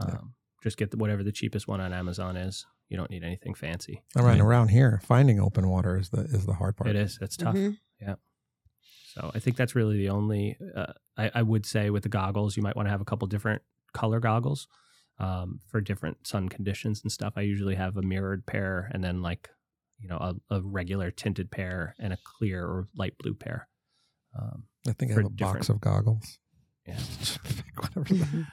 S1: Um,
S2: Yeah.
S1: Just get the, whatever the cheapest one on Amazon is. You don't need anything fancy.
S2: I mean,
S4: Right.
S2: around here, finding open water is the is the hard part.
S1: It is. It's tough.
S3: Mhm.
S1: So I think that's really the only. Uh, I, I would say with the goggles, you might want to have a couple different color goggles um, for different sun conditions and stuff. I usually have a mirrored pair and then like you know a, a regular tinted pair and a clear or light blue pair. Um,
S2: I think I
S1: For
S2: have a box
S1: different-
S2: of goggles.
S1: Yeah.
S2: Just pick whatever. the-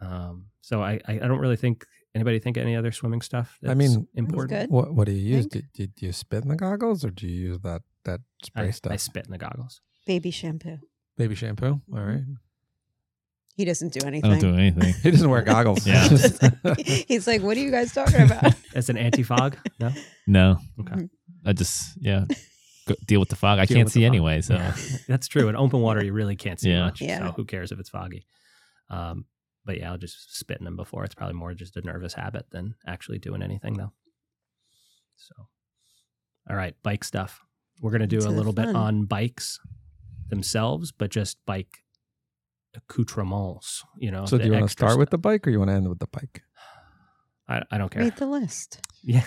S1: um, so I, I I don't really think anybody think any other swimming stuff. That's
S2: I mean,
S1: important.
S3: Mm-hmm. good.
S2: What what do you use?
S3: Think.
S2: Do, do, do you spit in the goggles or do you use that that spray
S1: I,
S2: stuff?
S1: I spit in the goggles.
S3: Baby shampoo.
S2: Baby shampoo. All right.
S3: Mm-hmm. He doesn't do
S4: I
S3: anything.
S4: don't do anything.
S2: He doesn't wear goggles.
S4: Yeah.
S3: He's like, what are you guys talking about?
S1: As an anti fog, no.
S4: No.
S1: Okay.
S4: I just yeah go, deal with the fog. I
S2: Deal
S4: can't
S2: with the
S4: see
S2: fog.
S4: anyway, so
S1: Yeah. that's true. In open water, you really can't see
S4: Yeah.
S1: much.
S3: Yeah.
S1: So who cares if it's foggy? Um, but yeah, I'll just spit in them before. It's probably more just a nervous habit than actually doing anything, though. So, all right, bike stuff. We're gonna do
S3: Into
S1: a
S3: the
S1: little bit
S3: fun.
S1: on bikes themselves, but just bike accoutrements. You know.
S2: So do you want to
S1: extra
S2: start with
S1: stuff.
S2: the bike or you want to end with the bike?
S1: I, I don't care.
S3: Read the list.
S1: yeah.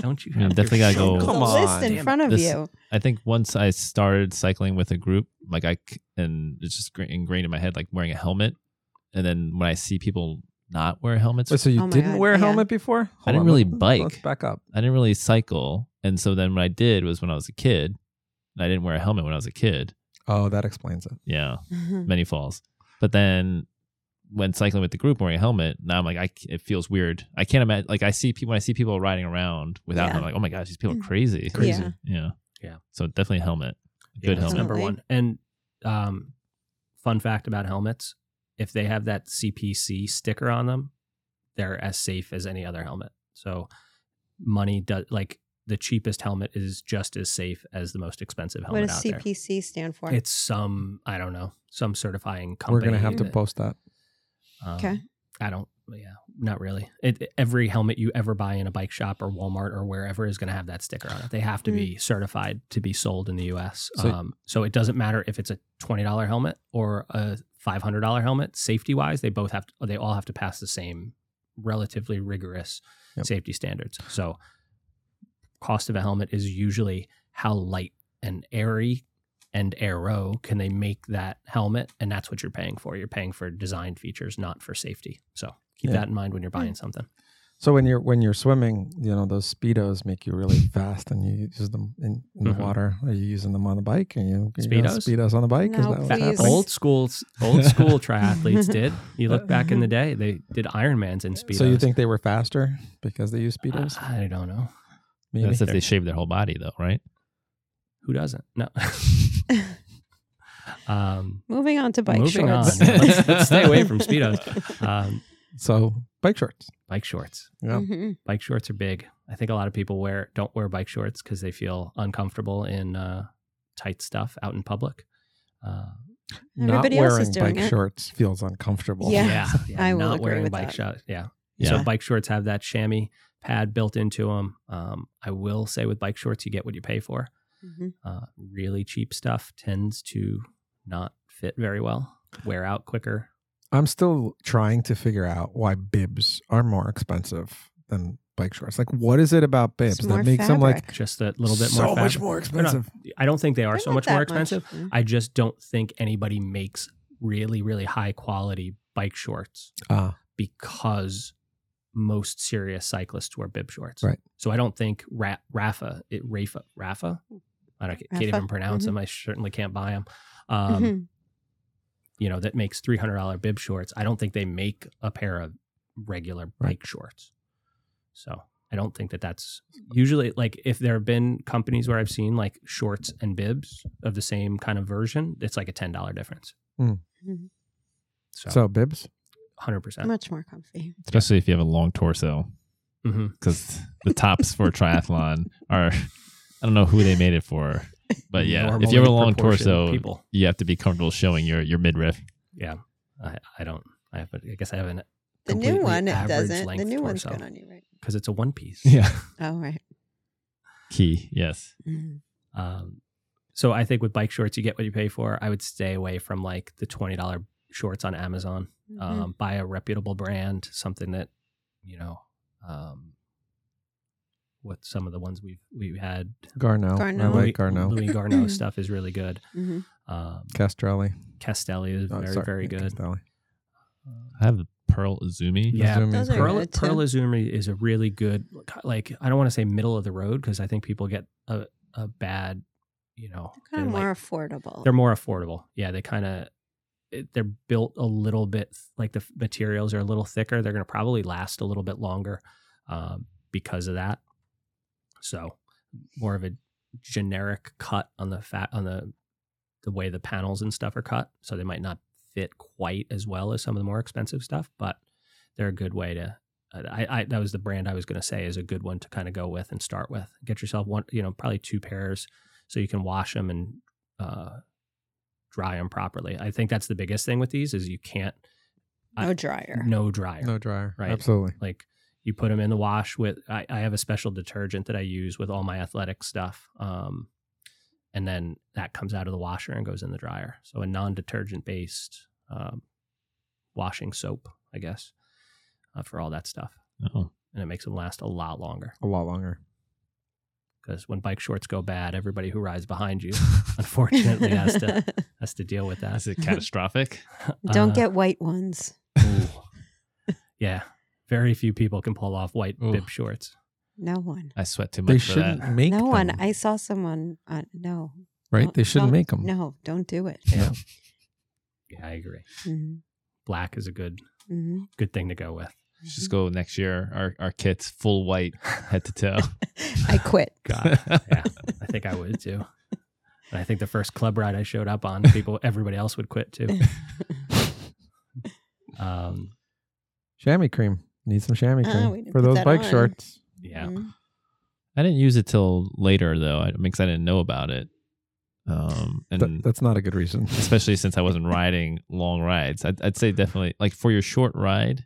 S1: don't you?
S4: Yeah,
S1: have your
S4: definitely gotta
S1: show
S4: go-
S3: There's
S2: Come
S3: a
S2: on.
S3: list in
S1: Damn it.
S3: front of
S4: This-
S3: you.
S4: I think once I started cycling with a group, like I c- and it's just gra- ingrained in my head, like wearing a helmet. And then when I see people not wear helmets,
S2: Wait, so you
S3: Oh my
S2: didn't
S3: God,
S2: wear a
S3: yeah.
S2: helmet before?
S4: didn't
S2: on,
S4: really
S2: let-
S4: bike.
S2: Let's back up.
S4: I didn't really cycle. And so then what I did was when I was a kid, and I didn't wear a helmet when I was a kid.
S2: Oh, that explains it.
S4: Yeah,
S3: Mhm.
S4: many falls. But then when cycling with the group wearing a helmet, now I'm like, I c- it feels weird. I can't imagine. Like I see people when I see people riding around without
S3: Yeah.
S4: them, like, oh my gosh, these people are
S3: Mm.
S4: crazy.
S2: Crazy.
S3: Yeah.
S4: Yeah.
S1: Yeah.
S4: So definitely a helmet. A
S1: Yeah,
S4: Good
S1: that's
S4: helmet.
S1: number one. And um, fun fact about helmets: if they have that CPC sticker on them, they're as safe as any other helmet. So money does like the cheapest helmet is just as safe as the most expensive
S3: What
S1: helmet
S3: does
S1: out
S3: CPC stand for?
S1: there. It's some I don't know some certifying company.
S2: We're gonna have to
S1: that,
S2: post that.
S1: um,
S3: Okay.
S1: I don't. Yeah, not really. It, every helmet you ever buy in a bike shop or Walmart or wherever is going to have that sticker on it. They have to be certified to be sold in the U.S.
S2: So-
S1: um, so it doesn't matter if it's a twenty dollar helmet or a five hundred dollar helmet. Safety wise, they both have. To, they all have to pass the same relatively rigorous
S2: Yep.
S1: safety standards. So, cost of a helmet is usually how light and airy and aero can they make that helmet, and that's what you're paying for. You're paying for design features, not for safety. So keep
S2: Yeah.
S1: that in mind when you're buying something.
S2: So when you're when you're swimming, you know those speedos make you really fast, and you use them in, in
S1: Mhm.
S2: the water. Are you using them on the bike? And you you got
S1: Speedos?
S2: speedos on the bike? Is
S3: No,
S2: that what's
S3: please.
S2: happening?
S1: Old school, old school triathletes did. You look back in the day; they did Ironmans in speedos. Ah, Uh,
S2: So you think they were faster because they use speedos?
S1: I, I don't know
S2: Maybe.
S4: That's if they shave their whole body, though, right?
S1: who doesn't. No. um,
S3: Moving on to bike
S1: Moving
S3: shorts.
S1: on. Let's- let's stay away from Speedos. um,
S2: so bike shorts.
S1: bike shorts.
S2: Yeah.
S3: Mhm.
S1: Bike shorts are big. I think a lot of people wear don't wear bike shorts because they feel uncomfortable in uh, tight stuff out in public. Uh,
S3: Everybody
S2: Not
S3: else
S2: wearing
S3: is doing
S2: bike
S3: it.
S2: shorts feels uncomfortable.
S3: Yeah.
S1: yeah, yeah,
S3: I will
S1: not
S3: agree
S1: wearing
S3: with
S1: bike
S3: that.
S1: shorts. Yeah.
S4: Yeah.
S1: So bike shorts have that chamois pad built into them. Um, I will say with bike shorts, you get what you pay for.
S3: Mhm.
S1: Uh, really cheap stuff tends to not fit very well, wear out quicker.
S2: I'm still trying to figure out why bibs are more expensive than bike shorts. Like, what is it about bibs
S3: It's more
S2: that makes them like
S3: fabric.
S1: Just a little bit
S2: so
S1: more.
S2: much
S1: fab-
S2: more
S1: They're not-
S2: expensive?
S1: I don't think they are
S3: They're
S1: so
S3: not
S1: much
S3: that mm-hmm.
S1: more expensive.
S3: Yeah.
S2: Mm-hmm.
S1: I just don't think anybody makes really, really high quality bike shorts
S2: Ah,
S1: because most serious cyclists wear bib shorts.
S2: Right.
S1: So I don't think Ra- Rafa, it, Rafa, Rafa, I don't, can't
S3: Rafa?
S1: even pronounce
S3: Mhm.
S2: Mm-hmm.
S1: them. I certainly can't buy them. Um,
S3: Mhm.
S1: You know, that makes $300 bib shorts. I don't think they make a pair of regular bike
S2: Right.
S1: shorts. So I don't think that that's usually like if there have been companies where I've seen like shorts and bibs of the same kind of version, it's like a $10 difference.
S3: Mhm.
S1: So,
S2: so bibs.
S1: 100%.
S3: Much more comfy.
S4: Especially if you have a long torso,
S1: hmm
S4: because the tops for triathlon are, I don't know who they made it for, but yeah, if
S1: Normally
S4: you have a long
S1: proportioned
S4: torso,
S1: people.
S4: you have to be comfortable showing your your midriff.
S1: Yeah, I, I don't. I, have, I guess I haven't
S3: The new
S1: Completely
S3: one it
S1: average
S3: doesn't. The
S1: length
S3: new one's
S1: torso.
S3: good on you, right?
S1: because it's a one piece.
S3: Oh, right.
S4: Key, yes.
S3: Mhm.
S1: Um, so I think with bike shorts, you get what you pay for. I would stay away from like the twenty dollar shorts on Amazon.
S3: Mm-hmm.
S1: Um, buy a reputable brand, something that you know. Um, what some of the ones we've we've had,
S2: Garneau.
S3: Garneau.
S2: I
S1: Louis,
S2: like Garneau.
S1: Louis Garneau stuff is really good.
S3: Mhm.
S1: Um,
S2: Castelli.
S1: Castelli is
S2: Oh,
S1: very
S2: sorry,
S1: very good.
S2: Castelli.
S4: I have the Pearl Izumi.
S1: Yeah.
S2: Zoom
S3: Those
S2: in.
S3: are
S1: Pearl,
S3: good, too.
S1: Pearl Izumi is a really good, like, I don't want to say middle of the road because I think people get a, a bad, you know,
S3: They're kind of
S1: like-
S3: more affordable.
S1: they're more affordable. Yeah, they kind of, they're built a little bit, like the f- materials are a little thicker. They're going to probably last a little bit longer um, because of that. So, more of a generic cut on the fat, on the, the way the panels and stuff are cut. So they might not fit quite as well as some of the more expensive stuff, but they're a good way to. uh, I, I that was the brand I was going to say is a good one to kind of go with and start with. Get yourself one, you know, probably two pairs so you can wash them and uh, dry them properly. I think that's the biggest thing with these is you can't
S3: no dryer.
S1: no dryer.
S2: No dryer.
S1: Right.
S2: Absolutely.
S1: Like you put them in the wash with. I, I have a special detergent that I use with all my athletic stuff, um, and then that comes out of the washer and goes in the dryer. So a non-detergent based um, washing soap, I guess, uh, for all that stuff,
S4: Oh.
S1: and it makes them last a lot longer.
S2: A lot longer.
S1: Because when bike shorts go bad, everybody who rides behind you, unfortunately, has to has to deal with that.
S4: Is it catastrophic?
S3: Don't
S1: Uh,
S3: get white ones.
S1: yeah. Very few people can pull off white
S4: Ooh.
S1: bib shorts.
S3: No one.
S4: I sweat too much
S2: They
S4: for that.
S2: shouldn't make
S3: no
S2: them,
S3: one. I saw someone on no.
S2: right?
S3: Don't-
S2: They shouldn't
S3: don't-
S2: make them.
S3: No, don't do it.
S1: Yeah. yeah, I agree.
S3: hmm
S1: Black is a good
S3: hmm
S1: good thing to go with.
S4: Just go next year. Our our kit's full white head to toe.
S3: I quit.
S1: God, yeah, I think I would too. And I think the first club ride I showed up on, people, everybody else would quit too. Um,
S2: Chamois cream. Need some chamois
S3: Ah,
S2: cream
S3: we didn't
S2: for
S3: put
S2: those
S3: that
S2: bike
S3: on.
S2: shorts.
S1: yeah,
S3: Mhm.
S4: I didn't use it till later though, I- because I didn't know about it. Um, and
S2: Th- that's not a good reason.
S4: especially since I wasn't riding long rides, I'd, I'd say definitely like for your short ride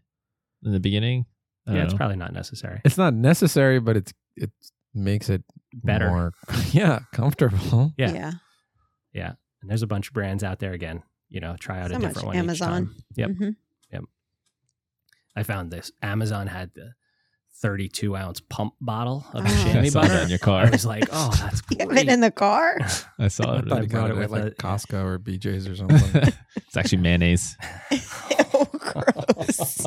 S4: in the beginning. I
S1: yeah,
S4: don't
S1: it's
S4: know.
S1: probably not necessary.
S2: It's not necessary, but it's it makes it
S1: Better.
S2: more- yeah, comfortable.
S1: Yeah.
S3: Yeah.
S1: And there's a bunch of brands out there again. You know, try out
S3: So
S1: a
S3: much
S1: different one.
S3: Amazon.
S1: Each time. Yep.
S3: Mhm.
S1: I found this. Amazon had the 32 ounce pump bottle of
S3: Oh.
S4: I
S1: chamois
S4: saw
S1: butter.
S4: that in your car.
S1: I was like, oh, that's
S3: You have
S1: great.
S3: it in the car.
S4: I saw
S2: I
S4: it.
S2: thought
S1: I
S2: he
S1: brought
S2: got it
S1: it with
S2: at like
S1: a-
S2: Costco or BJ's or something.
S4: it's actually mayonnaise.
S3: oh, gross.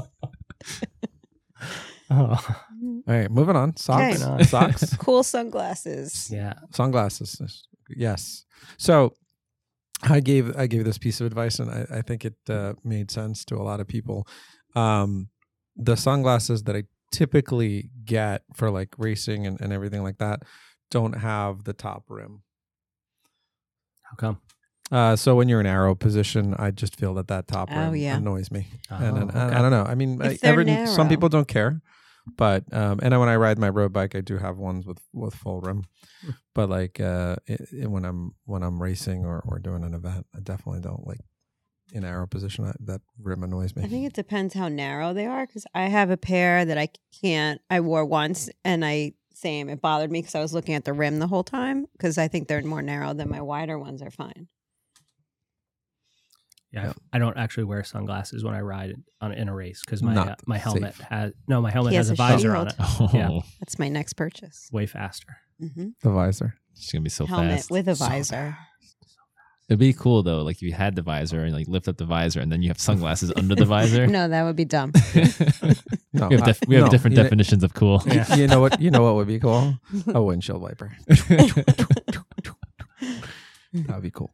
S1: Oh,
S2: All right, moving on. Socks,
S1: Okay.
S2: socks,
S3: cool sunglasses.
S1: yeah.
S2: sunglasses. Yes. So I gave I gave this piece of advice, and I, I think it uh, made sense to a lot of people. Um, the sunglasses that I typically get for like racing and, and everything like that don't have the top rim.
S1: How come?
S2: Uh, so when you're in arrow position, I just feel that that top
S3: Oh,
S2: rim
S3: yeah.
S2: annoys me and, and
S1: Oh,
S2: I-
S1: okay.
S2: I don't know. I mean,
S3: If
S2: I-
S3: they're
S2: everyone- some
S3: narrow.
S2: people don't care, but um, and when I ride my road bike, I do have ones with with full rim. But like uh, i i- when I'm when I'm racing or, or doing an event, I definitely don't like in arrow position. I, that rim annoys me.
S3: I think it depends how narrow they are because I have a pair that I can't. I wore once and I same. It bothered me because I was looking at the rim the whole time because I think they're more narrow than my wider ones are fine.
S1: Yeah,
S2: Yeah.
S1: I don't actually wear sunglasses when I ride on in a race because my
S2: Not
S1: uh, my helmet
S2: safe.
S1: has no my helmet
S3: He
S1: has,
S3: has
S1: a
S3: a
S1: visor on it.
S3: shield.
S4: Oh,
S1: Yeah.
S3: That's my next purchase.
S1: Way faster.
S3: hmm
S2: the visor.
S4: she's gonna be so
S3: Helmet
S4: fast.
S3: with a
S1: So
S3: visor.
S4: It'd be cool though, like if you had the visor and like lift up the visor, and then you have sunglasses under the visor.
S3: No, that would be dumb.
S4: we
S2: No,
S4: have,
S2: I-
S4: def- we have
S2: no,
S4: different
S2: you know-
S4: definitions of cool.
S2: you-
S1: Yeah.
S2: You know what? You know what would be cool? A windshield wiper. That would be cool.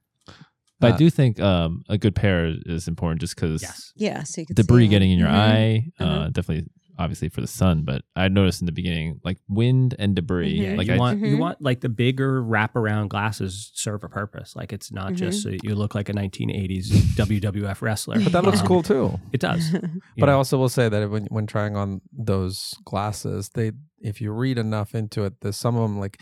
S4: But
S2: Uh,
S4: I do think um, a good pair is important, just because
S1: Yes.
S3: yeah, so you could
S4: debris
S3: see
S4: getting in your
S3: Mhm.
S4: eye, uh,
S3: Uh-huh.
S4: definitely, obviously for the sun. But I noticed in the beginning, like wind and debris,
S3: Mhm.
S1: Yeah,
S4: like
S1: you
S4: I,
S1: want you
S3: Mhm.
S1: want like the bigger wraparound glasses serve a purpose. Like it's not just
S3: Mm-hmm.
S1: so you look like a 1980s WWF wrestler.
S2: But that looks
S1: Um,
S2: cool too.
S1: It does.
S2: But
S1: Yeah.
S2: I also will say that when when trying on those glasses, they if you read enough into it, there's some of them like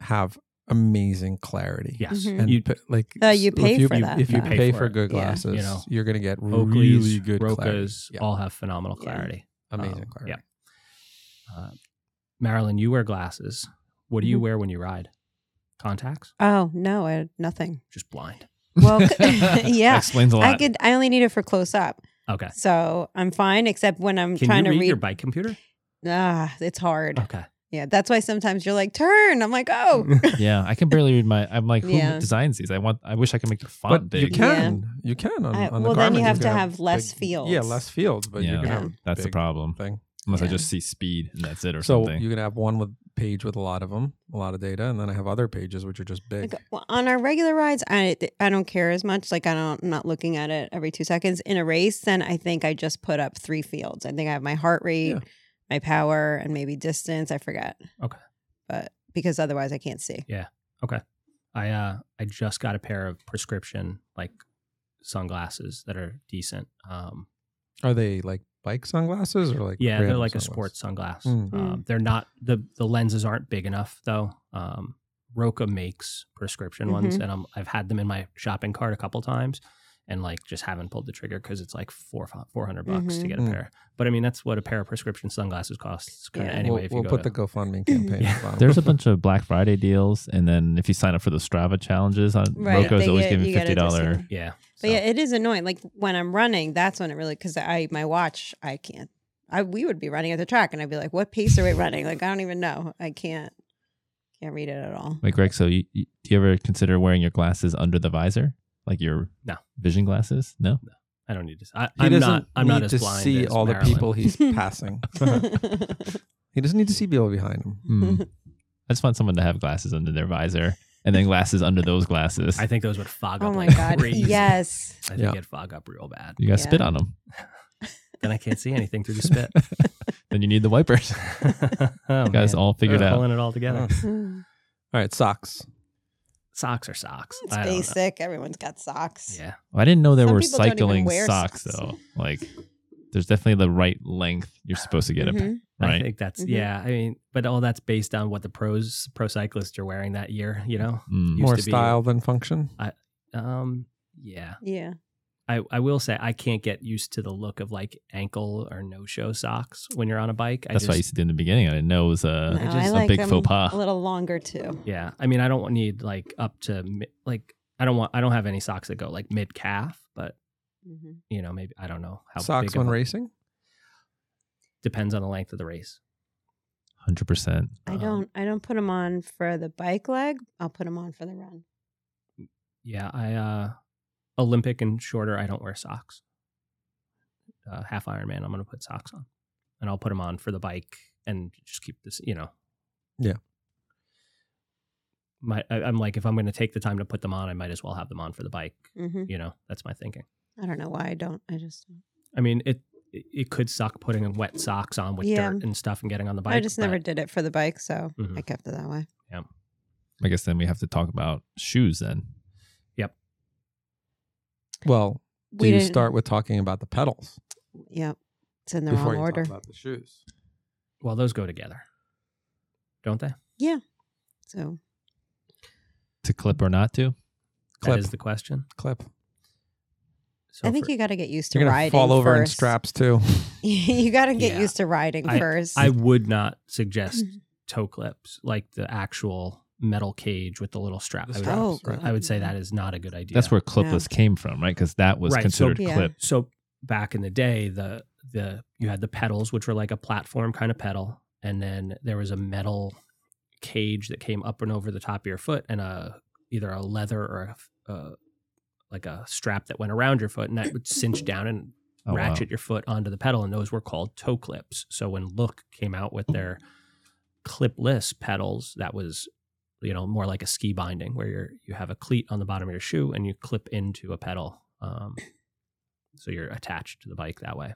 S2: have amazing clarity.
S1: Yes,
S3: Mhm.
S2: and
S1: you
S2: you, like
S3: Uh, you
S2: s-
S3: pay
S2: if you,
S3: for
S2: you-
S3: that,
S2: If you
S1: though.
S2: pay, for, good
S3: Yeah.
S2: glasses,
S1: You know,
S2: you are gonna get
S1: Oakleys,
S2: really good clarity.
S1: Rokas um,
S2: Yeah,
S1: all have phenomenal
S3: Yeah.
S1: clarity.
S2: amazing
S1: Um,
S2: clarity.
S1: Yeah. Uh, Marilyn, you wear glasses. What do you
S3: Mhm.
S1: wear when you ride? Contacts?
S3: Oh no, I, nothing.
S1: Just blind.
S3: Well, Oh, yeah,
S4: That explains a lot.
S3: I could. I only need it for close up,
S1: Okay.
S3: so I'm fine. Except when I'm
S1: Can
S3: trying
S1: you
S3: to
S1: read,
S3: read.
S1: your Oh. bike computer?
S3: Ah, it's hard.
S1: Okay.
S3: Yeah, that's why sometimes you're like, turn. I'm like, oh,
S4: yeah, I can barely read my. I'm like, who
S3: Yeah.
S4: designs these? I want. I wish I could make the font
S2: But you
S4: big.
S2: can, you can on,
S3: I-
S2: on
S3: well,
S2: the
S3: then you
S2: Garmin,
S3: have
S2: can
S3: to have less
S2: big-
S3: fields.
S2: Yeah, less fields, but you
S4: Yeah.
S2: can
S3: Yeah.
S2: have a
S4: That's the
S2: big
S4: problem.
S2: thing.
S4: Unless I
S3: Yeah.
S4: just see speed and that's it, or
S2: so
S4: something.
S2: you can have one with page with a lot of them, a lot of data, and then I have other pages which are just big.
S3: Like, well, on our regular rides, I I don't care as much. Like I don't, I'm not looking at it every two seconds. In a race, then I think I just put up three fields. I think I have my heart rate,
S2: Yeah.
S3: my power, and maybe distance. I forget.
S1: Okay.
S3: but because otherwise I can't see.
S1: I uh I just got a pair of prescription like sunglasses that are decent. Um
S2: Are they like bike sunglasses or like
S1: yeah, they're
S2: random
S1: like a
S2: sunglasses?
S1: sports sunglass.
S2: Mm.
S3: Hmm.
S1: Um, they're not the the lenses aren't big enough though. Um Roca makes prescription ones
S3: Mm-hmm.
S1: and I'm, I've had them in my shopping cart a couple times and like just haven't pulled the trigger cuz it's like 4 400 bucks to
S3: Mhm.
S1: get a
S2: Mm.
S1: pair. But I mean that's what a pair of prescription sunglasses costs kinda
S3: Yeah.
S1: anyway
S2: we'll,
S1: if you
S2: we'll
S1: go
S2: put
S1: to-
S2: the GoFundMe campaign.
S1: Yeah.
S2: at the bottom.
S4: There's a bunch of Black Friday deals, and then if you sign up for the Strava challenges, on
S3: Right,
S4: Roko's
S3: they
S4: always
S3: get-
S4: giving
S3: you get a
S4: fifty dollar.
S3: discount.
S1: yeah.
S3: But yeah, it is annoying. Like when I'm running, that's when it really because I my watch I can't. I we would be running at the track and I'd be like, what pace are we running? Like I don't even know. I can't can't read it at all.
S4: Wait, Greg. So, you, you, do you ever consider wearing your glasses under the visor, like your
S1: No.
S4: vision glasses? No.
S1: I don't need to. I,
S2: He
S1: I'm
S2: doesn't
S1: not. I'm not
S2: need
S1: as
S2: to
S1: blind
S2: see
S1: as
S2: all the
S1: Marilyn.
S2: people he's passing.
S3: Oh
S2: he doesn't need to see people behind him.
S4: Hmm. I just want someone to have glasses under their visor, and then glasses under those glasses.
S1: I think those would fog up.
S3: oh my
S1: like
S3: god!
S1: crazy.
S3: Yes.
S1: I think
S2: Yeah.
S1: it'd fog up real bad.
S4: you got to
S3: Yeah.
S4: spit on them.
S1: Then I can't see anything through the spit.
S4: Then you need the wipers.
S1: oh,
S4: you guys
S1: man.
S4: all figured
S1: We're
S4: out.
S1: pulling it all together.
S2: Mm.
S3: Mm.
S2: All right, socks.
S1: Socks are socks.
S3: It's
S1: I don't know.
S3: basic. Everyone's got socks.
S1: Yeah,
S4: I didn't know there
S3: Some
S4: were
S3: people don't even
S4: cycling
S3: wear
S4: socks,
S3: socks.
S4: though. Like, there's definitely the right length you're supposed to get a
S3: Mhm.
S1: I
S4: right?
S1: think that's
S2: Mm-hmm.
S3: Mhm.
S1: yeah. I mean, but all that's based on what the pros pro cyclists are wearing that year. You know,
S4: Mm.
S1: Used
S2: More
S1: to be-
S2: style than function.
S1: um, yeah.
S3: Yeah.
S1: I, I will say I can't get used to the look of like ankle or no show socks when you're on a bike. I
S4: That's
S1: just,
S4: what I used to do in the beginning. I didn't know it was a,
S3: No,
S4: Uh, a
S3: I like
S4: big
S3: them
S4: faux pas.
S3: a little longer too.
S1: Yeah, I mean, I don't need like up to mi- like I don't want I don't have any socks that go like mid calf, but
S3: Mhm.
S1: you know maybe I don't know how
S2: socks
S1: big of
S2: when
S1: a-
S2: racing.
S1: depends on the length of the race.
S4: 100%.
S3: I
S1: Um,
S3: don't. I don't put them on for the bike leg. I'll put them on for the run.
S1: Yeah, I uh Olympic and shorter. I don't wear socks. Uh, half Ironman. I'm gonna put socks on. and I'll put them on for the bike and just keep this, you know.
S2: Yeah.
S1: My, I, I'm like, if I'm going to take the time to put them on, I might as well have them on for the bike.
S3: hmm
S1: You know, that's my thinking.
S3: I don't know why I don't. I just
S1: I mean, it it it could suck putting wet socks on with
S3: Yeah.
S1: dirt and stuff and getting on the bike.
S3: I just
S1: but-
S3: never did it for the bike, so
S1: Mhm.
S3: I kept it that way.
S4: I guess then we have to talk about shoes then.
S2: Well, do
S3: we
S2: you
S3: didn't-
S2: start with talking about the pedals
S3: Yeah, it's in the
S2: before
S3: wrong
S2: you
S3: order.
S2: talk about the shoes?
S1: Well, those go together, don't they?
S3: So
S4: To clip or not to?
S1: That
S2: Clip.
S1: is the question.
S2: Clip.
S1: So
S3: I think
S1: for-
S3: you got to get used to
S2: You're gonna
S3: riding.
S2: fall over in
S3: first.
S2: straps too.
S3: you got to get
S1: Yeah.
S3: used to riding first.
S1: I would not suggest toe clips, like the actual metal cage with the little strap.
S2: The
S1: I would,
S2: strap.
S3: oh,
S2: straps, right?
S3: God.
S1: I would say that is not a good idea.
S4: That's where clipless came from, right? Because that was
S1: Right, so-
S4: considered
S3: Yeah.
S4: clip.
S1: so back in the day the the you had the pedals which were like a platform kind of pedal and then there was a metal cage that came up and over the top of your foot and a either a leather or a, uh like a strap that went around your foot and that would cinch down and
S4: Oh, wow.
S1: ratchet your foot onto the pedal, and those were called toe clips. So when Look came out with their clipless pedals, that was you know more like a ski binding where you're you have a cleat on the bottom of your shoe and you clip into a pedal, um, so you're attached to the bike that way.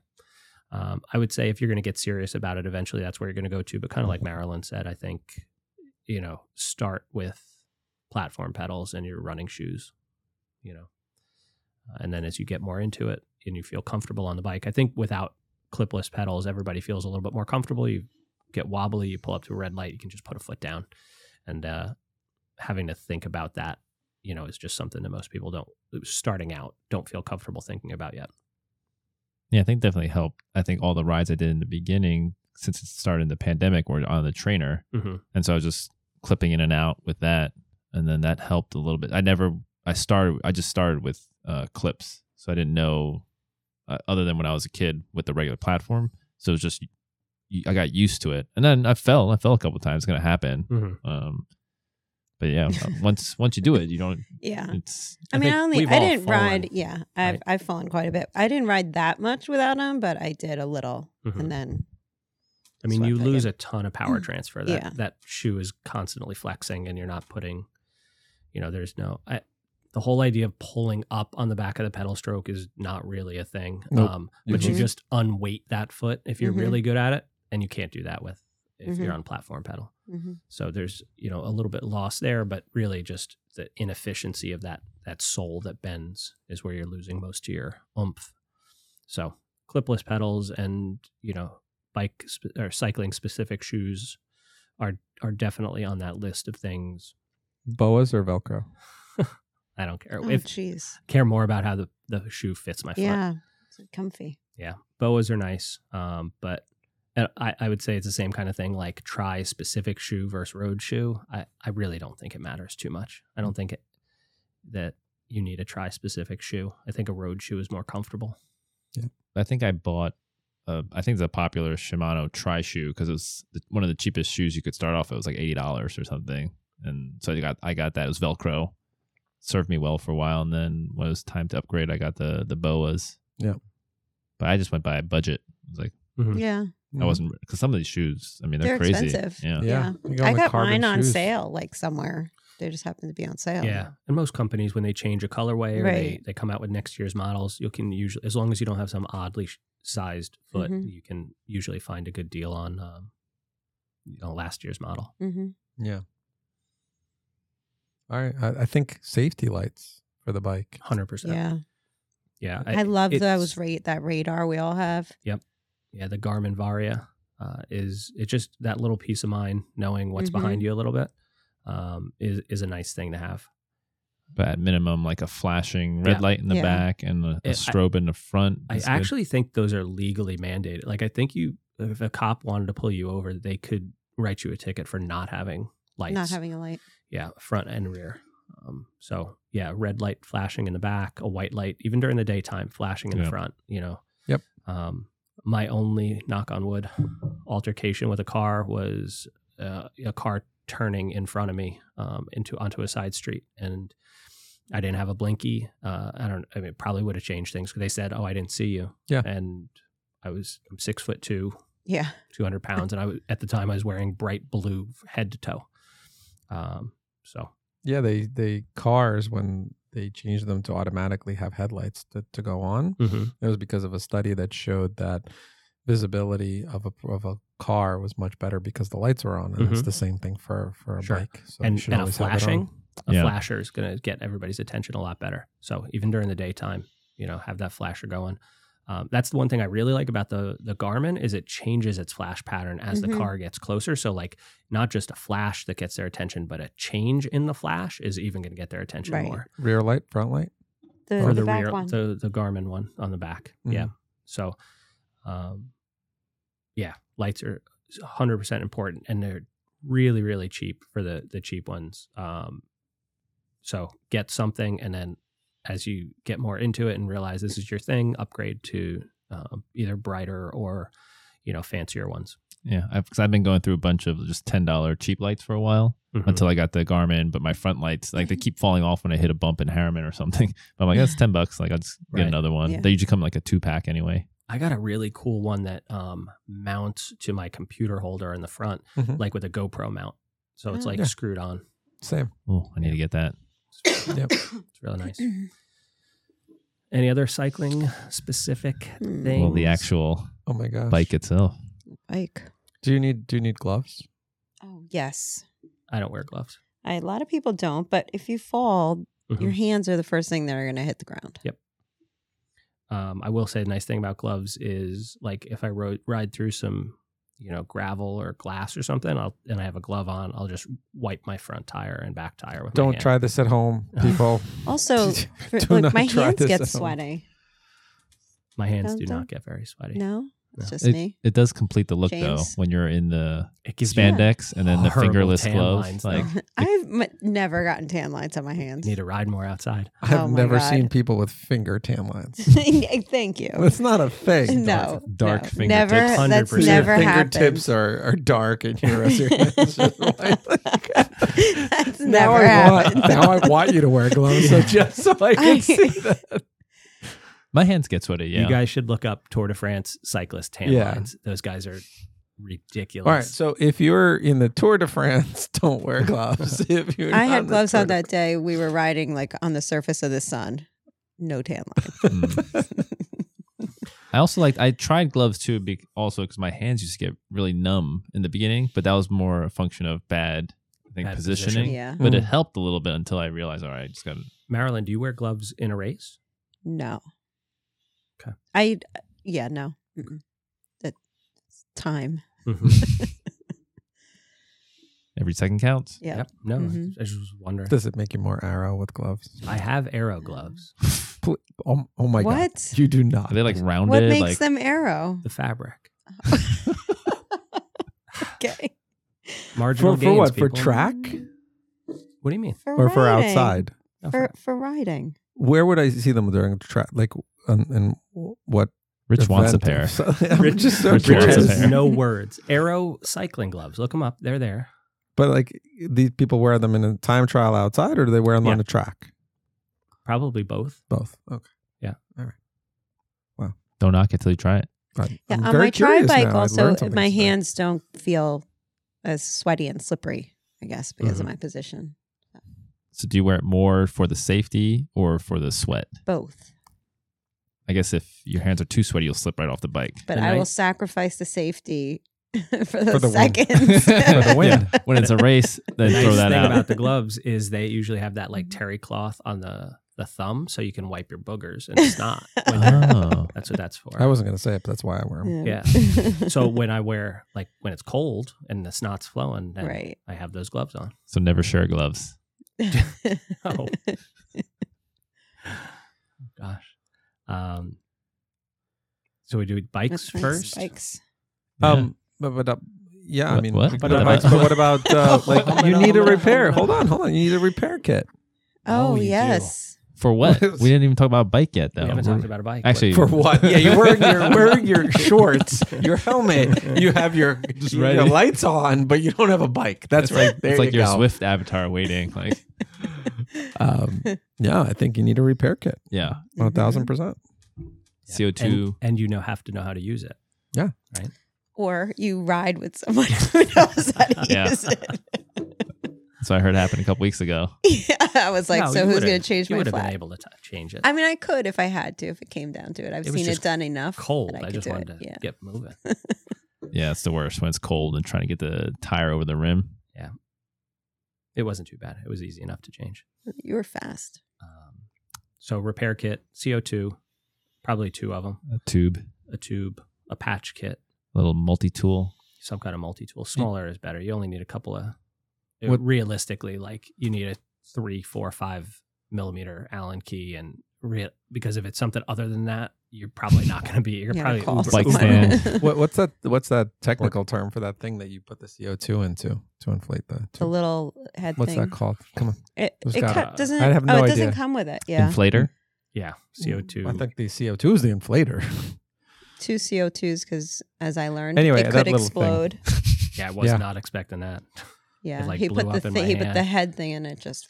S1: Um, I would say if you're going to get serious about it, eventually that's where you're going to go to. But kind
S4: Mm-hmm.
S1: of like Marilyn said, I think you know start with platform pedals and your running shoes, you know. Uh, and then as you get more into it and you feel comfortable on the bike, I think without clipless pedals, everybody feels a little bit more comfortable. You get wobbly, you pull up to a red light, you can just put a foot down. And uh, having to think about that, you know, is just something that most people don't, starting out, don't feel comfortable thinking about yet.
S4: Yeah, I think definitely helped. I think all the rides I did in the beginning, since it started in the pandemic, were on the trainer.
S1: Mhm.
S4: And so I was just clipping in and out with that. And then that helped a little bit. I never, I started, I just started with uh, clips. So I didn't know, uh, other than when I was a kid with the regular platform. So it was just, y- I got used to it. And then I fell, I fell a couple times. It's going to happen.
S1: Mhm.
S4: Um, but yeah, once once you do it, you don't.
S3: yeah.
S4: It's.
S3: I mean,
S4: Mm, think
S3: I only
S4: we've
S3: I
S4: all
S3: didn't
S4: fallen.
S3: ride. Yeah, I've
S4: right?
S3: I've fallen quite a bit. I didn't ride that much without them, but I did a little,
S1: Mhm.
S3: and then
S1: I mean,
S3: Sweat
S1: you
S3: back
S1: lose
S3: in. Mm.
S1: a ton of power transfer. That
S3: Yeah.
S1: that shoe is constantly flexing, and you're not putting, you know, there's no. I, the whole idea of pulling up on the back of the pedal stroke is not really a thing.
S2: Nope.
S1: Um, but you
S3: Mhm.
S1: just unweight that foot if you're
S3: Mhm.
S1: really good at it, and you can't do that with if you're
S3: Mhm.
S1: on platform pedal.
S3: mhm.
S1: So there's you know a little bit lost there, but really just the inefficiency of that that sole that bends is where you're losing most of your oomph. So clipless pedals and you know bike sp- or cycling specific shoes are are definitely on that list of things.
S2: Boas or Velcro?
S1: I don't care
S3: oh
S1: if
S3: jeez,
S1: care more about how the the shoe fits my foot.
S3: yeah, it's comfy.
S1: yeah boas are nice um but and I, I would say it's the same kind of thing like try specific shoe versus road shoe i i really don't think it matters too much i don't think it that you need a try specific shoe i think a road shoe is more comfortable
S4: I think I bought. Uh, I think it's a popular Shimano tri shoe because it was the- one of the cheapest shoes you could start off. It was like eighty dollars or something, and so I got I got that. It was Velcro, served me well for a while, and then when it was time to upgrade, I got the the boas.
S2: Yeah.
S4: but I just went by a budget. I was like,
S3: Yeah,
S4: I
S1: Mm-hmm.
S4: wasn't because some of these shoes, I mean,
S3: They're
S4: they're, crazy.
S3: expensive.
S4: Yeah,
S3: yeah.
S2: Mm. You go
S3: I
S2: on the
S3: got
S2: carbon
S3: mine on
S2: shoes.
S3: sale like somewhere. They just happened to be on sale.
S1: yeah and most companies when they change a colorway or they,
S3: Right.
S1: they come out with next year's models you can usually as long as you don't have some oddly sh- sized foot
S3: Mhm.
S1: you can usually find a good deal on um, you know, last year's model
S3: hmm
S2: Yeah. All right. I, I think safety lights for the bike.
S1: 100% yeah,
S3: Yeah, I,
S1: I
S3: love
S1: it's-
S3: those rate that radar we all have.
S1: yeah, the Garmin Varia uh, is it just that little peace of mind knowing what's
S3: Mhm.
S1: behind you a little bit um, is is a nice thing to have.
S4: but at minimum, like a flashing red
S1: Yeah.
S4: light in the
S3: Yeah.
S4: back and a, a
S1: It- I-
S4: strobe in the front.
S1: I
S4: is good.
S1: actually think those are legally mandated. Like I think you, if a cop wanted to pull you over, they could write you a ticket for not having lights,
S3: Not having a light.
S1: yeah, front and rear. Um, so yeah, red light flashing in the back, a white light even during the daytime flashing in
S4: Yeah.
S1: the front. You know.
S2: Yep.
S1: Um, my only knock on wood altercation with a car was uh, a car turning in front of me um, into onto a side street, and I didn't have a blinky. Uh, I don't. I mean, it probably would have changed things because they said, "Oh, I didn't see you."
S2: Yeah.
S1: And I was I'm six foot two,
S3: Yeah.
S1: 200 pounds, and I was at the time I was wearing bright blue head to toe. Um, so
S2: Yeah, they they cars when they changed them to automatically have headlights to, to go on. It was because of a study that showed that visibility of a of a car was much better because the lights were on, and it's
S1: Mhm.
S2: the same thing for for a
S1: Sure.
S2: bike. So you
S1: and,
S2: should
S1: and a
S2: always have it on.
S1: flashing, a
S4: Yeah.
S1: flasher is going to get everybody's attention a lot better. So even during the daytime, you know, have that flasher going. Um, that's the one thing I really like about the the Garmin is it changes its flash pattern as
S3: Mhm.
S1: the car gets closer. So like not just a flash that gets their attention, but a change in the flash is even going to get their attention
S3: Right.
S1: more
S2: rear light, front light.
S3: The,
S1: for
S3: the
S1: the,
S3: back
S1: rear,
S3: one.
S1: the the Garmin one on the back. Yeah.
S2: Mhm.
S1: So, um, yeah, lights are 100 percent important, and they're really really cheap for the the cheap ones. Um, so get something, and then as you get more into it and realize this is your thing, upgrade to um, either brighter or you know fancier ones.
S4: Yeah, I've, cause I've been going through a bunch of just ten dollar cheap lights for a while
S1: Mhm.
S4: until I got the Garmin. But my front lights, like they keep falling off when I hit a bump in Harriman or something. But I'm like, that's ten bucks. Like I'll just get
S1: Right.
S4: another one.
S3: Yeah.
S4: They usually come in, like a two pack anyway.
S1: I got a really cool one that um, mounts to my computer holder in the front,
S2: Mhm.
S1: like with a GoPro mount. So it's
S3: Oh.
S1: like
S2: Yeah.
S1: screwed on.
S2: Same.
S4: Oh, I need to get that.
S2: Yep.
S1: It's really nice.
S3: Mm-hmm.
S1: Any other cycling specific
S3: Hmm.
S1: thing?
S4: Well, the actual
S2: Oh my gosh.
S4: bike itself.
S3: Like,
S2: Do you need do you need gloves?
S3: oh, yes.
S1: I don't wear gloves.
S3: I, a lot of people don't, but if you fall,
S1: Mhm.
S3: your hands are the first thing that are going to hit the ground.
S1: Um, I will say the nice thing about gloves is like if I rode, ride through some, you know, gravel or glass or something, I'll and I have a glove on, I'll just wipe my front tire and back tire with. my
S2: Don't
S1: hand.
S2: try this at home, people.
S3: Also, For,
S2: Do
S3: like
S2: not
S3: my
S2: try
S3: hands
S2: this
S3: get
S2: at home.
S3: sweaty.
S1: My hands do
S3: Don't-
S1: not get very sweaty.
S3: No, it's
S1: No.
S3: just me.
S4: It does complete the look though
S3: James?
S4: when you're in the
S1: It gives me
S4: spandex and then the
S1: horrible
S4: fingerless
S1: tan lines,
S4: gloves.
S1: though.
S4: Like
S3: I've m- never gotten tan lines on my hands.
S1: need to ride more outside.
S2: I've
S3: Oh my
S2: never
S3: God.
S2: seen people with finger tan lines.
S3: Thank you.
S2: That's not a thing.
S3: No,
S4: dark
S3: no,
S4: fingertips.
S3: Never, that's
S1: 100%.
S3: never
S2: your
S3: happened.
S2: fingertips are, are dark and your rest of your hands just white. Like,
S3: That's
S2: now
S3: never
S2: I want,
S3: happened.
S2: Now I want you to wear gloves so just so I can
S3: I-
S2: see that.
S4: my hands get sweaty. Yeah.
S1: You guys should look up Tour de France cyclist tan
S2: Yeah.
S1: lines. Those guys are ridiculous.
S2: All right. So if you're in the Tour de France, don't wear gloves. If you're
S3: I
S2: not in
S3: had
S2: the
S3: gloves
S2: Tour
S3: on
S2: de-
S3: that day. We were riding like on the surface of the sun. No tan line.
S4: Mm. I also liked. I tried gloves too, be, also because my hands used to get really numb in the beginning, but that was more a function of bad, I think,
S1: Bad position.
S4: positioning.
S3: Yeah.
S4: But it
S2: Mm.
S4: helped a little bit until I realized, all right, I just got. to
S1: Marilyn, do you wear gloves in a race?
S3: No.
S1: Okay.
S3: I yeah no. Mm-mm. That time.
S1: Mm-hmm.
S4: Every second counts.
S3: Yeah.
S1: Yep. No, I-
S3: Mhm.
S1: I, just was wondering.
S2: Does it make you more arrow with gloves?
S1: I have aero gloves.
S2: Pl- Oh, oh my God.
S3: what?
S2: You do not.
S4: Are they like rounded?
S3: What makes
S4: like,
S3: them arrow?
S1: The fabric.
S3: Okay.
S1: Marginal
S2: for, for what?
S1: gains,
S2: For
S1: people.
S2: track
S1: What do you mean?
S3: For
S2: or for
S3: riding.
S2: outside?
S1: No,
S3: For for riding.
S2: Where would I see them during track? Like, um, and what?
S4: Rich wants a pair.
S2: event? I'm
S1: Rich-
S2: just so
S4: Rich
S1: Rich
S4: wants a
S2: curious.
S1: has
S4: pair.
S1: no words. Arrow cycling gloves. Look them up. They're there.
S2: But like these people wear them in a time trial outside, or do they wear them on
S1: Yeah.
S2: a track?
S1: Probably both.
S2: Both. Okay.
S4: Don't knock it till you try it.
S2: I'm-
S3: Yeah.
S2: I'm
S3: on
S2: very
S3: my tri
S2: curious
S3: bike
S2: now. I
S3: also
S2: learned something
S3: my
S2: today.
S3: hands don't feel as sweaty and slippery, I guess, because
S2: Mm-hmm.
S3: of my position.
S4: So, do you wear it more for the safety or for the sweat?
S3: Both.
S4: I guess if your hands are too sweaty, you'll slip right off the bike.
S3: But
S1: The
S3: I will
S1: nice-
S3: sacrifice the safety for the,
S2: For the win.
S3: seconds.
S2: For the win.
S4: When it's a race, then
S1: nice
S4: throw that
S1: thing
S4: out.
S1: about the gloves is they usually have that
S3: Mm-hmm.
S1: like terry cloth on the, the thumb so you can wipe your boogers and snot. When
S2: Uh-huh.
S1: you're,
S4: oh,
S1: that's what that's for.
S2: I wasn't gonna say it, but that's why I wear them.
S1: Yeah. so when I wear like when it's cold and the snot's flowing, then
S3: right.
S1: I have those gloves on.
S4: so never share gloves.
S1: Oh. Gosh. Um, so we do bikes
S3: That's nice.
S1: first.
S3: Bikes.
S2: Um, but but uh, yeah, I
S4: What-
S2: mean,
S4: what?
S2: but,
S4: What
S2: but
S4: about-
S2: bikes- but what about uh, like you need a repair?
S1: Hold
S2: Hold on, hold on. You need a repair kit
S1: Oh,
S3: Oh,
S1: you do.
S3: yes.
S4: For what? we didn't even talk about bike yet, though.
S1: We haven't talked about a bike. but-
S4: Actually,
S2: for what? Yeah, you're wearing your wearing your shorts, your helmet. You have your
S4: ready.
S2: your lights on, but you don't have a bike. That's right. There
S4: it's like
S2: you
S4: your
S2: go.
S4: Swift avatar waiting. Like,
S2: Um, yeah, I think you need a repair kit.
S4: yeah,
S2: Mm-hmm. One thousand percent.
S1: Yeah.
S4: CO2.
S1: And, and you know have to know how to use it.
S3: or you ride with someone who knows how to
S4: Yeah.
S3: use it.
S4: So I heard happen a couple weeks ago.
S3: yeah, I was like,
S1: No,
S3: so
S1: you
S3: who's
S1: would've-
S3: going to change
S1: You
S3: my
S1: would have
S3: flag?
S1: been able to t- change it.
S3: I mean, I could if I had to, if it came down to it. I've
S1: It was
S3: seen it
S1: just
S3: done enough. that
S1: cold. I,
S3: could
S1: just
S3: do
S1: wanted
S3: it.
S1: to
S3: Yeah.
S1: get moving.
S4: Yeah, it's the worst when it's cold and trying to get the tire over the rim.
S1: It wasn't too bad. It was easy enough to change.
S3: You were fast.
S1: Um, so repair kit, CO2, probably two of them,
S4: A tube,
S1: a tube, a patch kit,
S4: little multi tool.
S1: some kind of multi-tool. Smaller is better. You only need a couple of. uh,
S2: What-
S1: realistically, like you need a three, four, five millimeter Allen key, and re- because if it's something other than that, you're probably not going to be. You're
S3: Yeah,
S1: probably
S3: call
S1: Uber-
S4: Bike
S1: Uber-
S4: stand.
S2: what, what's that? What's that technical term for that thing that you put the CO two into to inflate the?
S3: the
S2: Tube?
S3: little head
S2: What's
S3: thing.
S2: that called? Come on,
S3: It,
S2: It's
S3: it
S2: got
S3: cut-
S1: a-
S3: doesn't.
S2: I have
S3: oh,
S2: no
S3: it doesn't
S2: idea.
S3: come with it. Yeah, Mm-hmm.
S4: Inflator.
S1: Yeah, CO two.
S2: Mm, I think the CO two is the inflator.
S3: two CO2s because, as I learned,
S2: Anyway,
S3: it
S2: that
S3: could
S2: little thing.
S3: explode.
S1: Yeah, I was
S2: Yeah.
S1: not expecting that.
S3: Yeah,
S1: like,
S3: he
S1: blew
S3: put
S1: up
S3: the
S1: in
S3: thi-
S1: my
S3: he put the
S1: hand.
S3: head thing in it. Just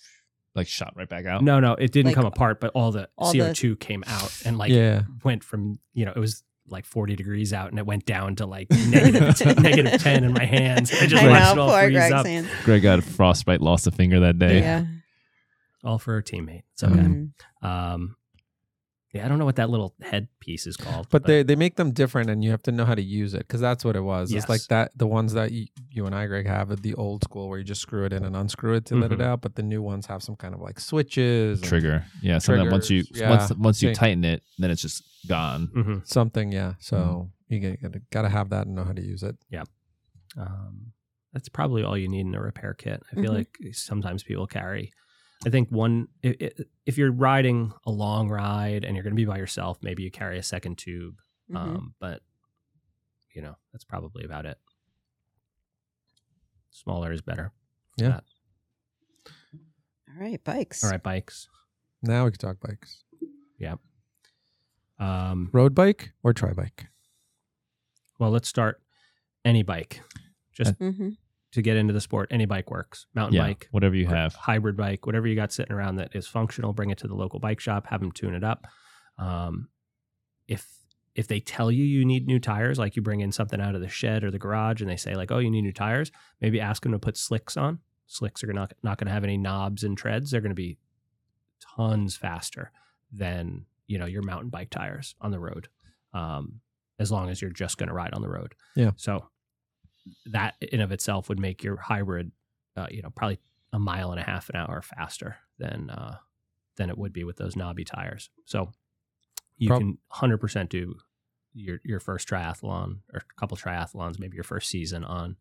S4: Like shot right back out.
S1: No, no, it didn't
S3: Like,
S1: come apart, but all the
S3: all the-
S1: CO two came out and like
S2: yeah,
S1: went from you know it was like forty degretes out and it went down to like negative negative ten in my hands. I just
S3: I
S1: watched it
S3: know,
S1: all
S3: poor
S1: freeze
S3: Greg's
S1: up,
S3: hand.
S4: Greg got frostbite, lost a finger that day.
S3: Yeah.
S1: all for a teammate. It's
S4: Okay.
S1: okay.
S3: Mm.
S1: Um, yeah, I don't know what that little head piece is called,
S2: but they they make them different, and you have to know how to use it because that's what it was.
S1: Yes.
S2: It's like that the ones that you, you and I, Greg, have at the old school where you just screw it in and unscrew it to let it
S1: Mhm.
S2: out. But the new ones have some kind of like switches, and
S4: Trigger. Yeah. So then once you
S2: Triggers, yeah.
S4: once once you
S2: Think-
S4: tighten it, then it's just gone.
S2: Mm-hmm.
S1: Mhm.
S2: something. Yeah, so
S1: Mm-hmm.
S2: you get, gotta, gotta have that and know how to use it.
S1: Um, that's probably all you need in a repair kit. I
S2: Mm-hmm.
S1: feel
S3: Mhm.
S1: like eh, sometimes people carry. I think one, i- i- if you're riding a long ride and you're going to be by yourself, maybe you carry a second tube.
S2: Mm-hmm.
S3: Mhm.
S1: Um, but you know, that's probably about it. Smaller is better.
S2: Yeah.
S3: All right, bikes.
S1: All right, bikes.
S2: Now we can talk bikes.
S1: Um,
S2: Road bike or tri bike?
S1: well, let's start any bike.
S2: uh,
S1: Just
S3: Mm-hmm.
S1: to get into the sport, any bike works. Mountain
S4: Yeah.
S1: bike,
S4: Whatever you
S1: or
S4: have.
S1: hybrid bike, whatever you got sitting around that is functional, bring it to the local bike shop, have them tune it up. Um, if if they tell you you need new tires, like you bring in something out of the shed or the garage, and they say like, "Oh, you need new tires," maybe ask them to put slicks on. Slicks are not not going to have any knobs and treads. They're going to be tons faster than you know your mountain bike tires on the road, um, as long as you're just going to ride on the road.
S2: Yeah.
S1: So that in of itself would make your hybrid, uh, you know, probably a mile and a half an hour faster than uh, than it would be with those knobby tires. So you
S2: Prob-
S1: can hundred percent do your your first triathlon or a couple triathlons, maybe your first season on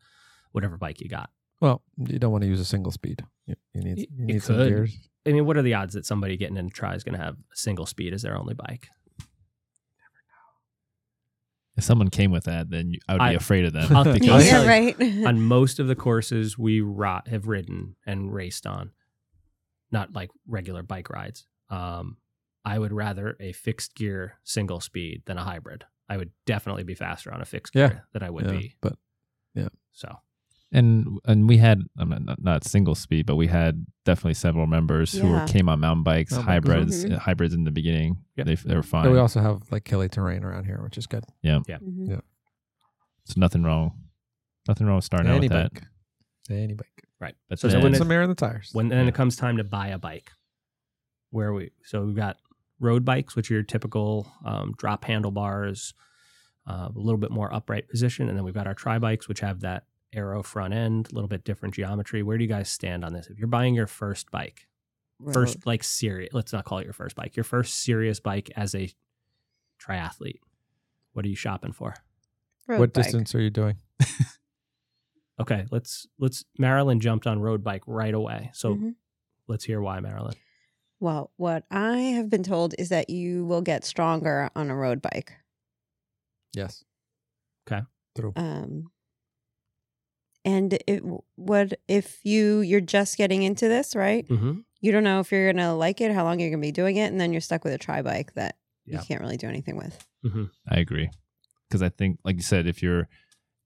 S1: whatever bike you got.
S2: Well, you don't want to use a single speed. You, you need
S1: It-
S2: you
S1: it
S2: need some
S1: could.
S2: gears.
S1: I mean, what are the odds that somebody getting in a tri is going to have a single speed as their only bike?
S4: If someone came with that, then you- I would be
S1: I-
S4: afraid of them.
S1: I'll- I'll
S4: because
S1: tell
S3: Yeah,
S1: you-
S3: right.
S1: on most of the courses we ro- have ridden and raced on, not like regular bike rides. Um, I would rather a fixed gear single speed than a hybrid. I would definitely be faster on a fixed
S2: Yeah.
S1: gear than I would
S2: Yeah,
S1: be.
S2: but
S1: So
S4: and and we had I mean, not, not single speed, but we had definitely several members who were,
S3: Yeah.
S4: came on mountain bikes,
S2: Mountain bikes.
S4: hybrids, uh, hybrids in the beginning.
S1: Yep.
S4: They f- they were fine.
S2: But we also have like hilly terrain around here, which is good.
S3: Mhm.
S4: It's nothing wrong. Nothing wrong with starting out
S2: Any
S4: with that.
S2: bike. Any bike.
S1: right.
S4: But
S1: So, so
S4: then-
S1: when,
S2: Put
S4: And-
S2: some
S1: it,
S2: air in the tires.
S1: when then
S4: Yeah.
S1: it comes time to buy a bike, where are we so we've got road bikes, which are your typical um, drop handlebars, uh, a little bit more upright position, and then we've got our tri bikes, which have that arrow front end, a little bit different geometry. Where do you guys stand on this? If you're buying your first bike, first like serious let's not call it your first bike your first serious bike as a triathlete what are you shopping for
S3: Road
S2: what
S3: bike.
S2: distance are you doing?
S1: okay let's let's marilyn jumped on road bike right away so
S3: Mhm.
S1: let's hear why marilyn
S3: Well, what I have been told is that you will get stronger on a road bike.
S2: Yes.
S1: Okay.
S2: True.
S3: um and it what if you you're just getting into this right
S1: mm-hmm.
S3: you don't know if you're gonna like it how long you're gonna be doing it and then you're stuck with a tri bike that
S1: Yeah.
S3: you can't really do anything with
S4: I agree. Because I think, like you said, if you're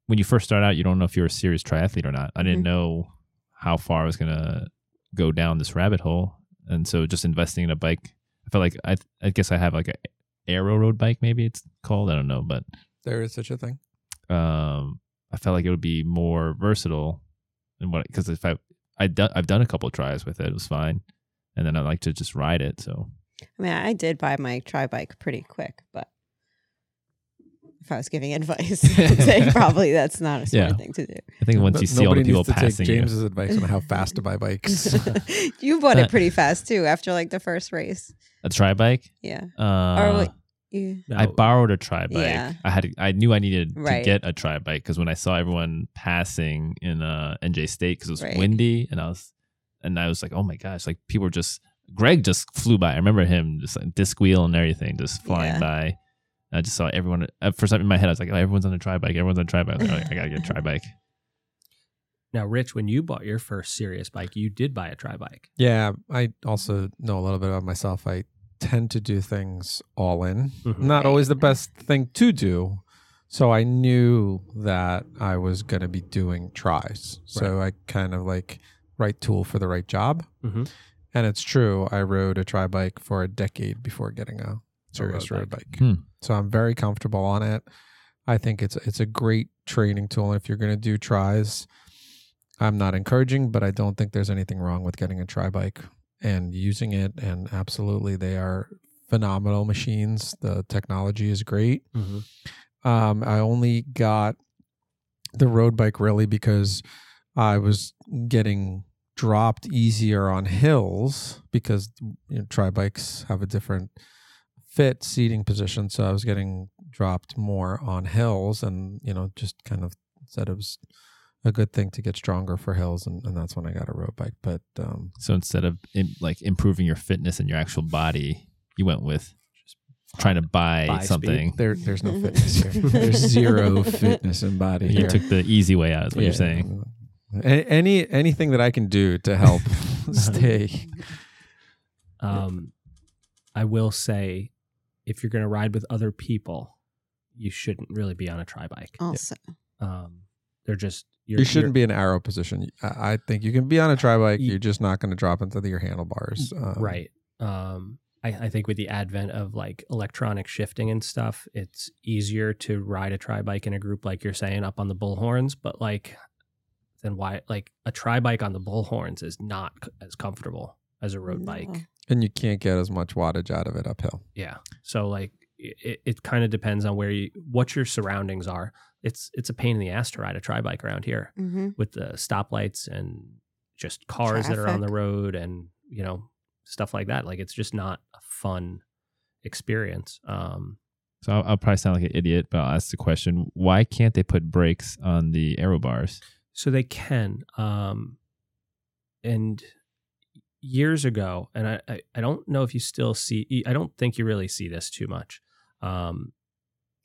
S4: when you first start out, you don't know if you're a serious triathlete or not. I didn't
S3: Mhm.
S4: know how far I was gonna go down this rabbit hole, and so just investing in a bike, I felt like I, I guess I have like a aero road bike, maybe it's called. I don't know, but
S2: There is such a thing.
S4: um, I felt like it would be more versatile than what because if I I do, I've done a couple tries with it, it was fine, and then I like to just ride it. So
S3: I mean, I did buy my tri bike pretty quick, but if I was giving advice, I'd say probably that's not a smart
S4: Yeah.
S3: thing to do.
S4: I think once
S2: No-
S4: you see all the
S2: nobody
S4: people
S2: needs to
S4: passing
S2: take
S4: you,
S2: James's advice on how fast to buy bikes.
S3: you bought it
S4: But-
S3: pretty fast too after like the first race.
S4: a tri bike.
S3: Yeah.
S4: Uh,
S3: wait, You,
S4: I
S1: No,
S4: borrowed a tri bike.
S3: Oh. Yeah.
S4: I had I knew I needed
S3: Right.
S4: to get a tri bike because when I saw everyone passing in uh, NJ State because it was
S3: Right.
S4: windy and I was and I was like, oh my gosh, like people were just Greg just flew by. I remember him just like disc wheel and everything just flying
S3: Yeah.
S4: by. I just saw everyone. uh, For something in my head, I was like, "Oh, everyone's on a tri bike. Everyone's on a tri bike. I, was like, "Oh, I gotta get a tri bike."
S1: now, Rich, when you bought your first serious bike, you did buy a tri bike.
S2: Yeah, I also know a little bit about myself. I tend to do things all in.
S1: Mhm.
S2: Not always the
S3: Right.
S2: best thing to do. So I knew that I was going to be doing tries. So I kind of like right tool for the right job.
S1: Mhm.
S2: And it's true. I rode a tri bike for a decade before getting a serious
S1: road
S2: road bike.
S4: Hmm.
S2: So I'm very comfortable on it. I think it's it's a great training tool. If you're going to do tries, I'm not encouraging, but I don't think there's anything wrong with getting a tri bike and using it. And absolutely, they are phenomenal machines. The technology is great. Um, I only got the road bike really because I was getting dropped easier on hills because you know, tri bikes have a different fit seating position. So I was getting dropped more on hills and, you know, just kind of said it was a good thing to get stronger for hills. And, and that's when I got a road bike. But um,
S4: So instead of im like improving your fitness and your actual body, you went with trying to buy,
S1: Buy speed.
S4: something.
S2: there, there's no fitness here. There's zero fitness in body.
S4: You
S2: here.
S4: took the easy way out. Is what
S2: Yeah.
S4: you're saying.
S2: A- any anything that I can do to help stay.
S1: Um, I will say, if you're going to ride with other people, you shouldn't really be on a tri bike.
S3: also,
S1: Um, they're just you're,
S2: You shouldn't be in arrow position. I I think you can be on a tri bike. You're just not going to drop into the- your handlebars. Um,
S1: Mm, right. Um, I, I think with the advent of like electronic shifting and stuff, it's easier to ride a tri bike in a group, like you're saying, up on the bullhorns. But like, then why? Like a tri bike on the bullhorns is not c- as comfortable as a road
S3: no.
S1: bike.
S2: And you can't get as much wattage out of it uphill.
S1: Yeah. So like, i- it, it kind of depends on where you what your surroundings are. It's it's a pain in the ass to ride a tri bike around here.
S3: Mhm.
S1: with the stoplights and just cars that are on the
S3: Traffic.
S1: road and you know stuff like that like it's just not a fun experience um
S4: So I'll, I'll probably sound like an idiot, but I'll ask the question: Why can't they put brakes on the aero bars?
S1: so they can um and years ago and I, I i don't know if you still see e, i don't think you really see this too much um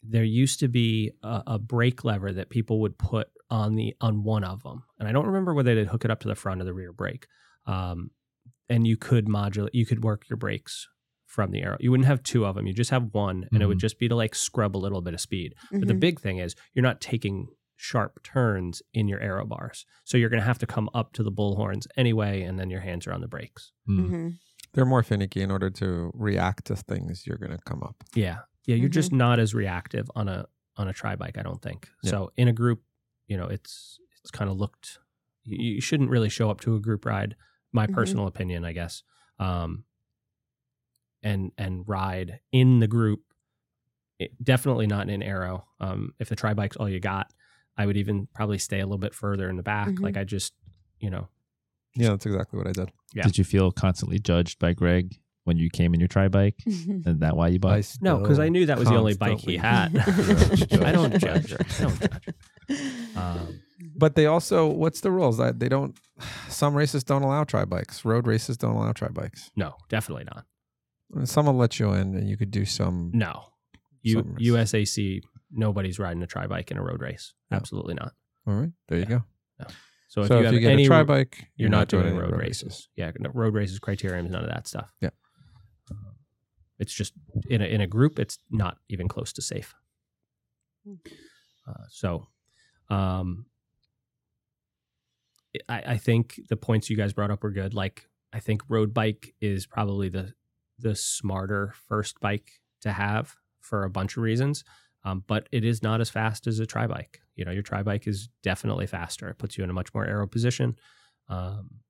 S1: there used to be a, a brake lever that people would put on the on one of them and i don't remember whether they'd hook it up to the front or the rear brake um and you could modulate you could work your brakes from the arrow you wouldn't have two of them you just have one and it would
S4: Mhm.
S1: just be to like scrub a little bit of speed but the
S3: Mhm.
S1: big thing is you're not taking sharp turns in your arrow bars. So you're going to have to come up to the bullhorns anyway, and then your hands are on the brakes.
S4: Hmm.
S1: mm.
S3: Mhm.
S2: They're more finicky in order to react to things. You're going to come up.
S1: Yeah. Yeah. You're just not as reactive on a, on a tri bike, I don't think.
S2: Yeah.
S1: So in a group, you know, it's, it's kind of looked, you, you shouldn't really show up to a group ride. My
S3: Mhm.
S1: personal opinion, I guess. Um, and, and ride in the group it- definitely not in arrow. Um, if the tri bike's all you got, I would even probably stay a little bit further in the back.
S3: Mhm.
S1: Like I just, you know,
S2: Yeah, that's exactly what I did.
S1: Yeah.
S4: Did you feel constantly judged by Greg when you came in your tri bike?
S3: mm-hmm.
S4: Is that why you bought? it?
S1: No, 'cause I knew that was the only bike he
S2: constantly
S1: had.
S2: judge, judge,
S1: I don't
S2: judge.
S1: judge. I don't judge. Um,
S2: But they also, what's the rules? That They don't. Some races don't allow tri bikes. Road races don't allow tri bikes.
S1: no, definitely not.
S2: Some will let you in, and you could do some
S1: No, U-
S2: Some risk.
S1: USAC. Nobody's riding a tri bike in a road race.
S2: No.
S1: Absolutely not.
S2: All right, there you
S1: Yeah.
S2: go.
S1: So if
S2: so
S1: you
S2: if
S1: have
S2: you get
S1: any
S2: a tri bike,
S1: you're, not, doing, road, races. Yeah, no, road races, criterium, none of that stuff.
S2: Yeah.
S1: Um, It's just in a, in a group, it's not even close to safe. Uh, so, um, I, I think the points you guys brought up were good. Like, I think road bike is probably the the smarter first bike to have for a bunch of reasons. um, but it is not as fast as a tri bike. You know, your tri bike is definitely faster. It puts you in a much more aero position. Um,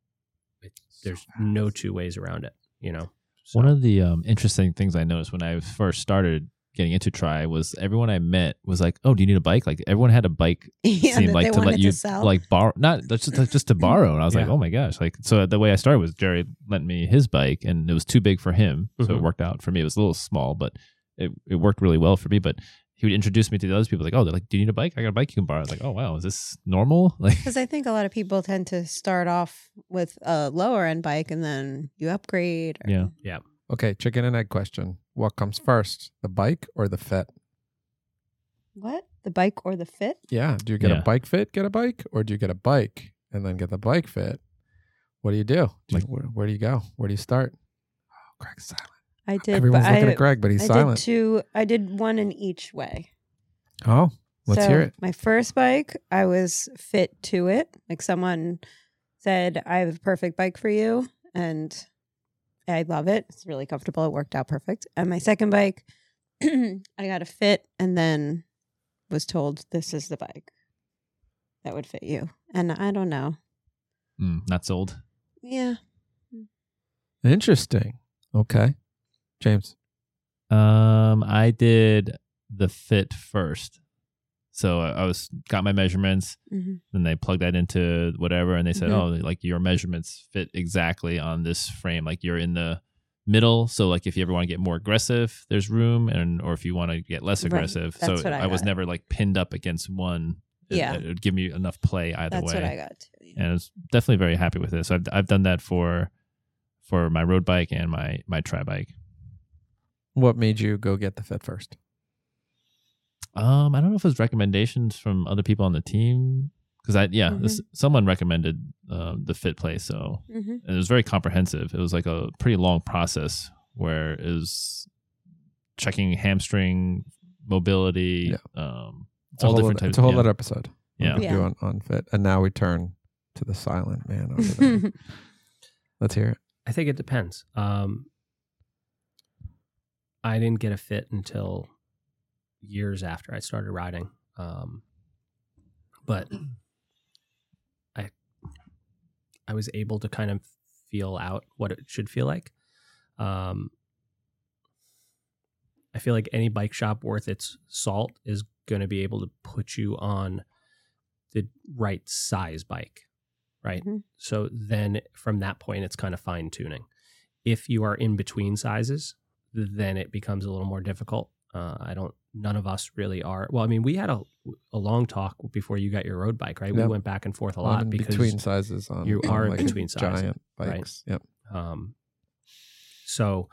S1: it, there's no two ways around it. You know, So-
S4: One of the um, interesting things I noticed when I first started getting into try was everyone I met was like, "Oh, do you need a bike?" Like everyone had a bike
S3: yeah,
S4: seemed
S3: that
S4: like
S3: they
S4: to
S3: wanted
S4: let you
S3: to sell.
S4: like borrow, not that's just that's just to borrow. And I was like,
S1: Yeah.
S4: "Oh my gosh!" Like so, the way I started was Jerry lent me his bike, and it was too big for him, so
S1: Mhm.
S4: it worked out for me. It was a little small, but it it worked really well for me. But he would introduce me to the other people, like, "Oh, they're like, do you need a bike? I got a bike you can borrow." I was like, "Oh wow, is this normal?" Like,
S3: Because I think a lot of people tend to start off with a lower end bike and then you upgrade. or-
S4: Yeah.
S2: Okay, chicken and egg question. What comes first, the bike or the fit?
S3: What? The bike or the fit?
S2: Yeah. Do you get
S4: Yeah.
S2: a bike fit, get a bike, or do you get a bike and then get the bike fit? What do you do? do you,
S4: Like-
S2: where, where do you go? Where do you start? Oh, Greg's silent.
S3: I did.
S2: Everyone's
S3: but
S2: looking
S3: I,
S2: at Greg, but he's
S3: I
S2: silent.
S3: did two. I did one in each way.
S2: Oh, let's
S3: so
S2: hear it.
S3: My first bike, I was fit to it. Like someone said, I have a perfect bike for you. And I love it. It's really comfortable. It worked out perfect. And my second bike, I got a fit and then was told, this is the bike that would fit you. And I don't know.
S4: mm, not sold.
S3: Yeah.
S2: Interesting. Okay. James.
S4: Um, I did the fit first, so I, I was got my measurements.
S3: Mhm.
S4: Then they plugged that into whatever, and they said,
S3: Mhm.
S4: "Oh, like your measurements fit exactly on this frame. Like you're in the middle. So like if you ever want to get more aggressive, there's room, and or if you want to get less
S3: Right.
S4: aggressive.
S3: That's
S4: so
S3: what I
S4: was
S3: got.
S4: never like pinned up against one. It-
S3: Yeah.
S4: it, would give me enough play either
S3: That's
S4: way
S3: what I got. Too.
S4: and I was definitely very happy with it. So I've I've done that for for my road bike and my my tri bike.
S2: What made you go get the fit first?
S4: Um, I don't know if it was recommendations from other people on the team because I yeah,
S3: Mm-hmm.
S4: this, someone recommended um, the fit play, so
S3: hmm
S4: and it was very comprehensive. It was like a pretty long process where it was checking hamstring mobility, um,
S2: It's a
S4: all
S2: whole
S4: different
S2: other,
S4: types.
S2: it's a whole
S4: yeah.
S2: other episode. we
S4: Yeah.
S2: could do
S3: Yeah.
S2: on, on fit. And now we turn to the silent man over there. let's hear it.
S1: I think it depends. Um, I didn't get a fit until years after I started riding, um, but I I was able to kind of feel out what it should feel like. Um, I feel like any bike shop worth its salt is going to be able to put you on the right size bike, right?
S2: Mm-hmm.
S1: So then from that point, it's kind of fine tuning. If you are in between sizes, then it becomes a little more difficult. Uh, I don't, none of us really are. Well, I mean, we had a, a long talk before you got your road bike, right?
S2: Yeah.
S1: We went back and forth a
S2: On
S1: lot
S2: in
S1: because
S2: between sizes on
S1: you
S2: on,
S1: are in
S2: like
S1: between sizes,
S2: giant
S1: right?
S2: bikes. Yep.
S1: Um, so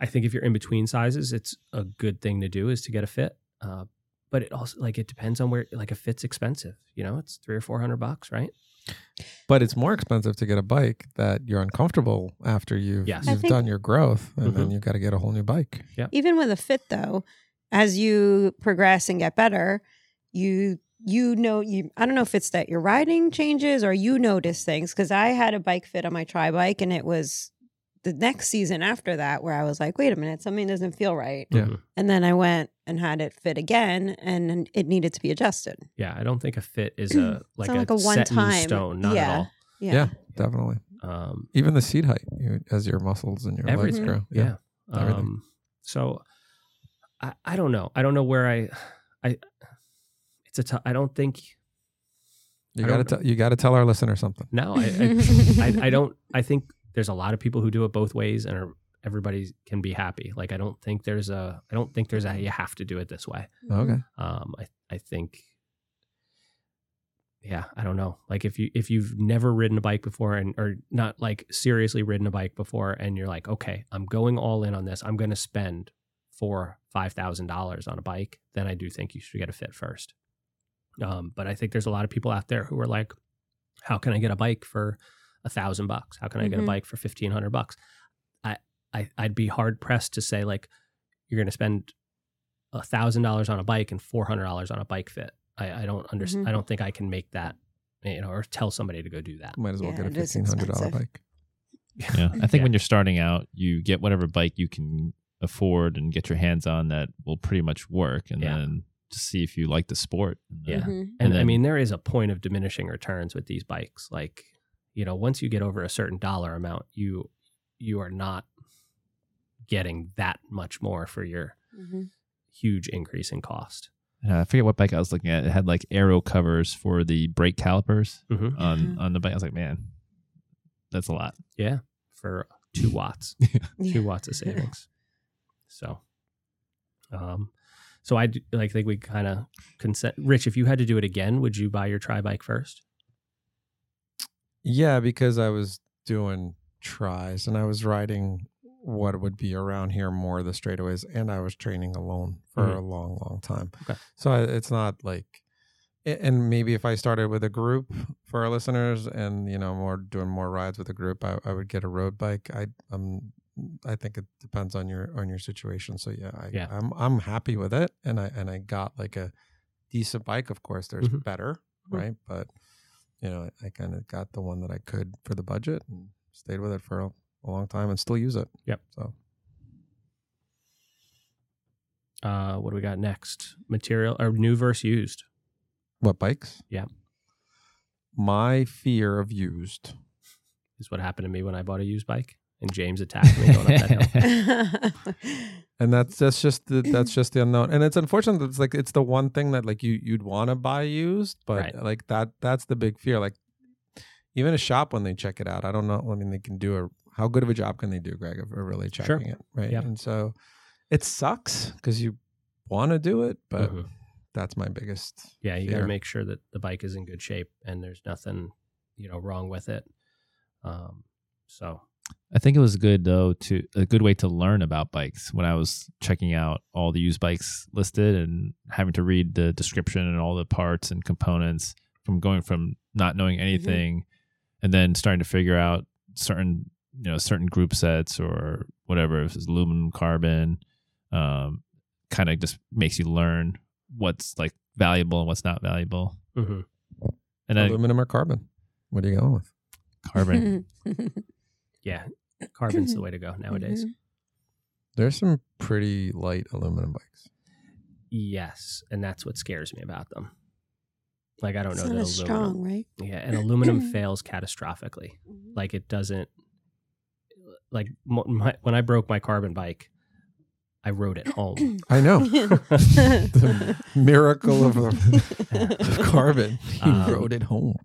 S1: I think if you're in between sizes, it's a good thing to do is to get a fit. Uh, but it also like it depends on where like a fit's expensive. You know, it's three or four hundred bucks, right?
S2: But it's more expensive to get a bike that you're uncomfortable after you've,
S1: Yes. Mm-hmm.
S3: I
S2: you've
S3: think-
S2: done your growth, and then you've got to get a whole new bike.
S3: even with a fit though as you progress and get better you you know you i don't know if it's that your riding changes or you notice things because i had a bike fit on my tri bike and it was the next season after that where i was like wait a minute something doesn't feel right
S2: Yeah.
S1: Mm-hmm.
S3: and then i went and had it fit again and then it needed to be adjusted
S1: Yeah, I don't think a fit is a like,
S3: not like
S1: a,
S3: a
S1: set in
S3: one-time-
S1: stone, not
S3: yeah.
S1: at
S3: yeah,
S2: Yeah. Definitely.
S1: all. Um,
S2: Even the seat height you, as your muscles and your
S1: everything,
S2: legs grow.
S1: yeah.
S2: everything.
S1: Um, so I, I don't know. I don't know where I, I. It's a. T- I don't think
S2: You
S1: I
S2: got
S1: don't
S2: to you got to tell our listener something.
S1: No, I, I, I, I don't. I think there's a lot of people who do it both ways, and are, everybody can be happy. Like I don't think there's a. I don't think there's a. You have to do it this way.
S3: Mm-hmm.
S2: Okay.
S1: Um, I I think. Yeah, I don't know. Like if you if you've never ridden a bike before and or not like seriously ridden a bike before, and you're like, okay, I'm going all in on this. I'm going to spend four five thousand dollars on a bike. Then I do think you should get a fit first. Um, but I think there's a lot of people out there who are like, how can I get a bike for a thousand bucks? How can I get a
S3: Mhm.
S1: bike for fifteen hundred bucks? I, I I'd be hard pressed to say like you're going to spend a thousand dollars on a bike and four hundred dollars on a bike fit. I, I don't understand.
S3: Mhm.
S1: I don't think I can make that, you know, or tell somebody to go do that.
S2: Might as well
S3: Yeah,
S2: get a
S3: it is
S2: fifteen hundred dollar
S3: expensive.
S2: bike.
S4: Yeah. I think
S1: Yeah.
S4: when you're starting out, you get whatever bike you can afford and get your hands on that will pretty much work, and
S1: Yeah.
S4: then just see if you like the sport. And then-
S1: Yeah.
S3: Mhm.
S1: And I
S4: then-
S1: mean, there is a point of diminishing returns with these bikes. Like, you know, once you get over a certain dollar amount, you you are not getting that much more for your
S3: Mhm.
S1: huge increase in cost.
S4: Uh, I forget what bike I was looking at. It had like arrow covers for the brake calipers
S1: Mhm.
S4: on
S3: Mhm.
S4: on the bike. I was like, man, that's a lot.
S1: Yeah, for two watts,
S3: Yeah.
S1: two watts of savings. So, um, so I d- like think we kind of consent. Rich, if you had to do it again, would you buy your tri bike first?
S2: Yeah, because I was doing tries and I was riding what would be around here more the straightaways, and I was training alone for
S1: Mhm.
S2: a long, long time.
S1: Okay.
S2: So I, it's not like, a- and maybe if I started with a group for our listeners, and you know, more doing more rides with a group, I, I would get a road bike. I um, I think it depends on your on your situation. So yeah, I,
S1: Yeah.
S2: I'm I'm happy with it, and I and I got like a decent bike. Of course, there's
S1: Mhm.
S2: better,
S1: Mhm.
S2: right? But you know, I, I kind of got the one that I could for the budget and stayed with it for a, a long time and still use it.
S1: Yep.
S2: So
S1: Uh, what do we got next? Material or new versus used?
S2: what bikes?
S1: Yep.
S2: My fear of used.
S1: is what happened to me when I bought a used bike, and James attacked me going up that hill.
S2: And that's that's just the that's just the unknown. And it's unfortunate that it's like it's the one thing that like you you'd want to buy used, but
S1: Right.
S2: like that that's the big fear. Like even a shop when they check it out, I don't know. I mean, they can do a how good of a job can they do, Greg, of of really
S1: Sure.
S2: checking it, right?
S1: Yep.
S2: And so it sucks because you want to do it, but
S1: Mhm.
S2: that's my biggest
S1: Yeah, you got to
S2: Fair.
S1: make sure that the bike is in good shape and there's nothing, you know, wrong with it. Um, so
S4: I think it was good though to a good way to learn about bikes when I was checking out all the used bikes listed and having to read the description and all the parts and components from going from not knowing anything and then starting to figure out certain you know certain group sets or whatever if it's aluminum carbon um, kind of just makes you learn what's like valuable and what's not valuable
S1: mhm.
S4: and then
S2: aluminum or carbon. What are you going with?
S4: carbon
S3: Mm-hmm.
S1: yeah, carbon's the way to go nowadays.
S2: There's some pretty light aluminum bikes.
S1: Yes, and that's what scares me about them. Like I don't
S3: It's
S1: know
S3: not
S1: that
S3: as
S1: aluminum.
S3: strong, Mm-hmm. right?
S1: Yeah, and aluminum fails catastrophically. like it doesn't like mo- my, when i broke my carbon bike i rode it home
S2: I know. the miracle of, of carbon. He
S1: Um,
S2: rode it home.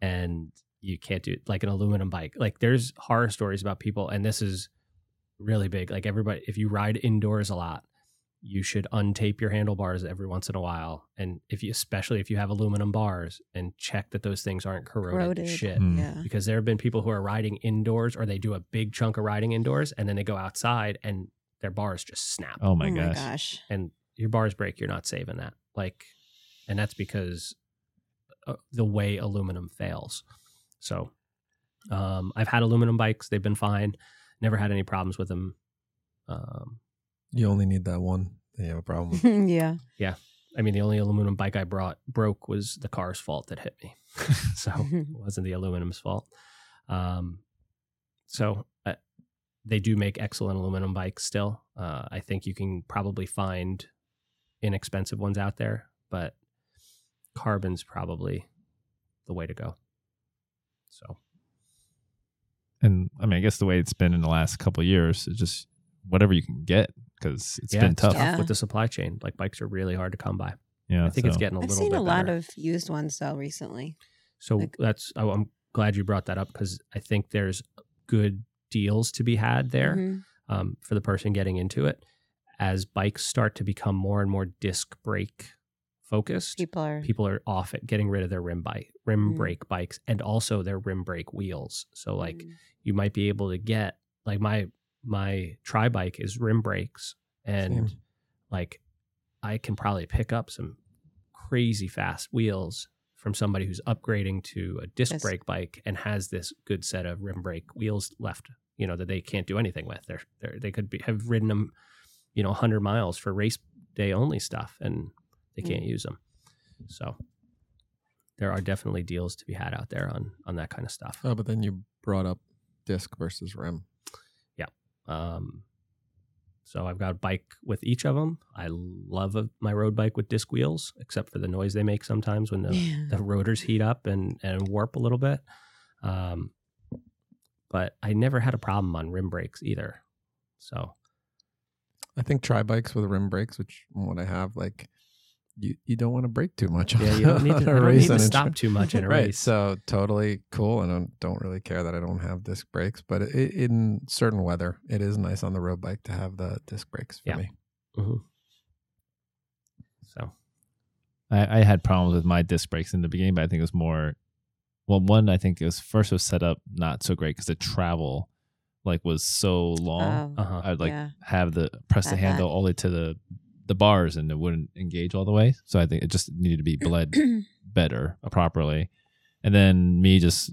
S1: and you can't do like an aluminum bike like there's horror stories about people and this is really big like everybody if you ride indoors a lot you should untape your handlebars every once in a while and if you especially if you have aluminum bars and check that those things aren't corroded, to
S3: Corroded.
S1: shit
S4: Mm.
S3: Yeah.
S1: because there have been people who are riding indoors or they do a big chunk of riding indoors and then they go outside and their bars just snap
S4: oh my
S3: oh
S4: gosh
S3: my gosh.
S1: and your bars break, you're not saving that. Like, and that's because uh, the way aluminum fails. So, um, I've had aluminum bikes; they've been fine. Never had any problems with them. Um,
S2: You only need that one. Then you have a problem. with.
S3: yeah.
S1: I mean, the only aluminum bike I brought broke was the car's fault that hit me, so it wasn't the aluminum's fault. Um, so uh, they do make excellent aluminum bikes still. Uh, I think you can probably find inexpensive ones out there, but carbon's probably the way to go. So
S4: and I mean, I guess the way it's been in the last couple of years is just whatever you can get because it's
S1: yeah,
S4: been
S1: it's
S4: tough.
S3: Yeah.
S1: with the supply chain. Like bikes are really hard to come by.
S4: Yeah,
S1: I think it's
S4: so-
S1: getting a
S3: I've
S1: little
S3: seen
S1: bit
S3: a lot
S1: better.
S3: of used ones though recently.
S1: So
S3: Like-
S1: that's I- I'm glad you brought that up because I think there's good deals to be had there
S3: Mhm.
S1: um, for the person getting into it. As bikes start to become more and more disc brake focused,
S3: People are.
S1: people are off it, getting rid of their rim bike, rim
S3: Mm.
S1: brake bikes, and also their rim brake wheels. So like
S3: Mm.
S1: you might be able to get like my my tri bike is rim brakes and
S2: Same.
S1: like I can probably pick up some crazy fast wheels from somebody who's upgrading to a disc
S3: Yes.
S1: brake bike and has this good set of rim brake wheels left, you know, that they can't do anything with. They're, they're they could be, have ridden them, you know, 100 miles for race day only stuff and they
S3: Mm.
S1: can't use them. So there are definitely deals to be had out there on on that kind of stuff.
S2: Oh, but then you brought up disc versus rim.
S1: Um, So I've got a bike with each of them. I love a, my road bike with disc wheels, except for the noise they make sometimes when the,
S3: Yeah.
S1: the rotors heat up and, and warp a little bit. Um, but I never had a problem on rim brakes either. So
S2: I think tri bikes with rim brakes, which from what I have, like you, you don't want to brake too much.
S1: yeah, you don't need to, I don't need to
S2: and it's-
S1: stop too much in a
S2: right.
S1: race.
S2: So totally cool, and I don't really care that I don't have disc brakes. But i in certain weather, it is nice on the road bike to have the disc brakes for
S1: Yeah.
S2: me.
S1: Mhm. So
S4: I, I had problems with my disc brakes in the beginning, but I think it was more. Well, one I think it was first it was set up not so great because the travel, like, was so long.
S3: Oh,
S1: uh-huh.
S4: I'd like
S3: yeah.
S4: have the press the
S3: Had
S4: handle
S3: that.
S4: all the way to the the bars, and it wouldn't engage all the way. So I think it just needed to be bled better uh, properly. And then me just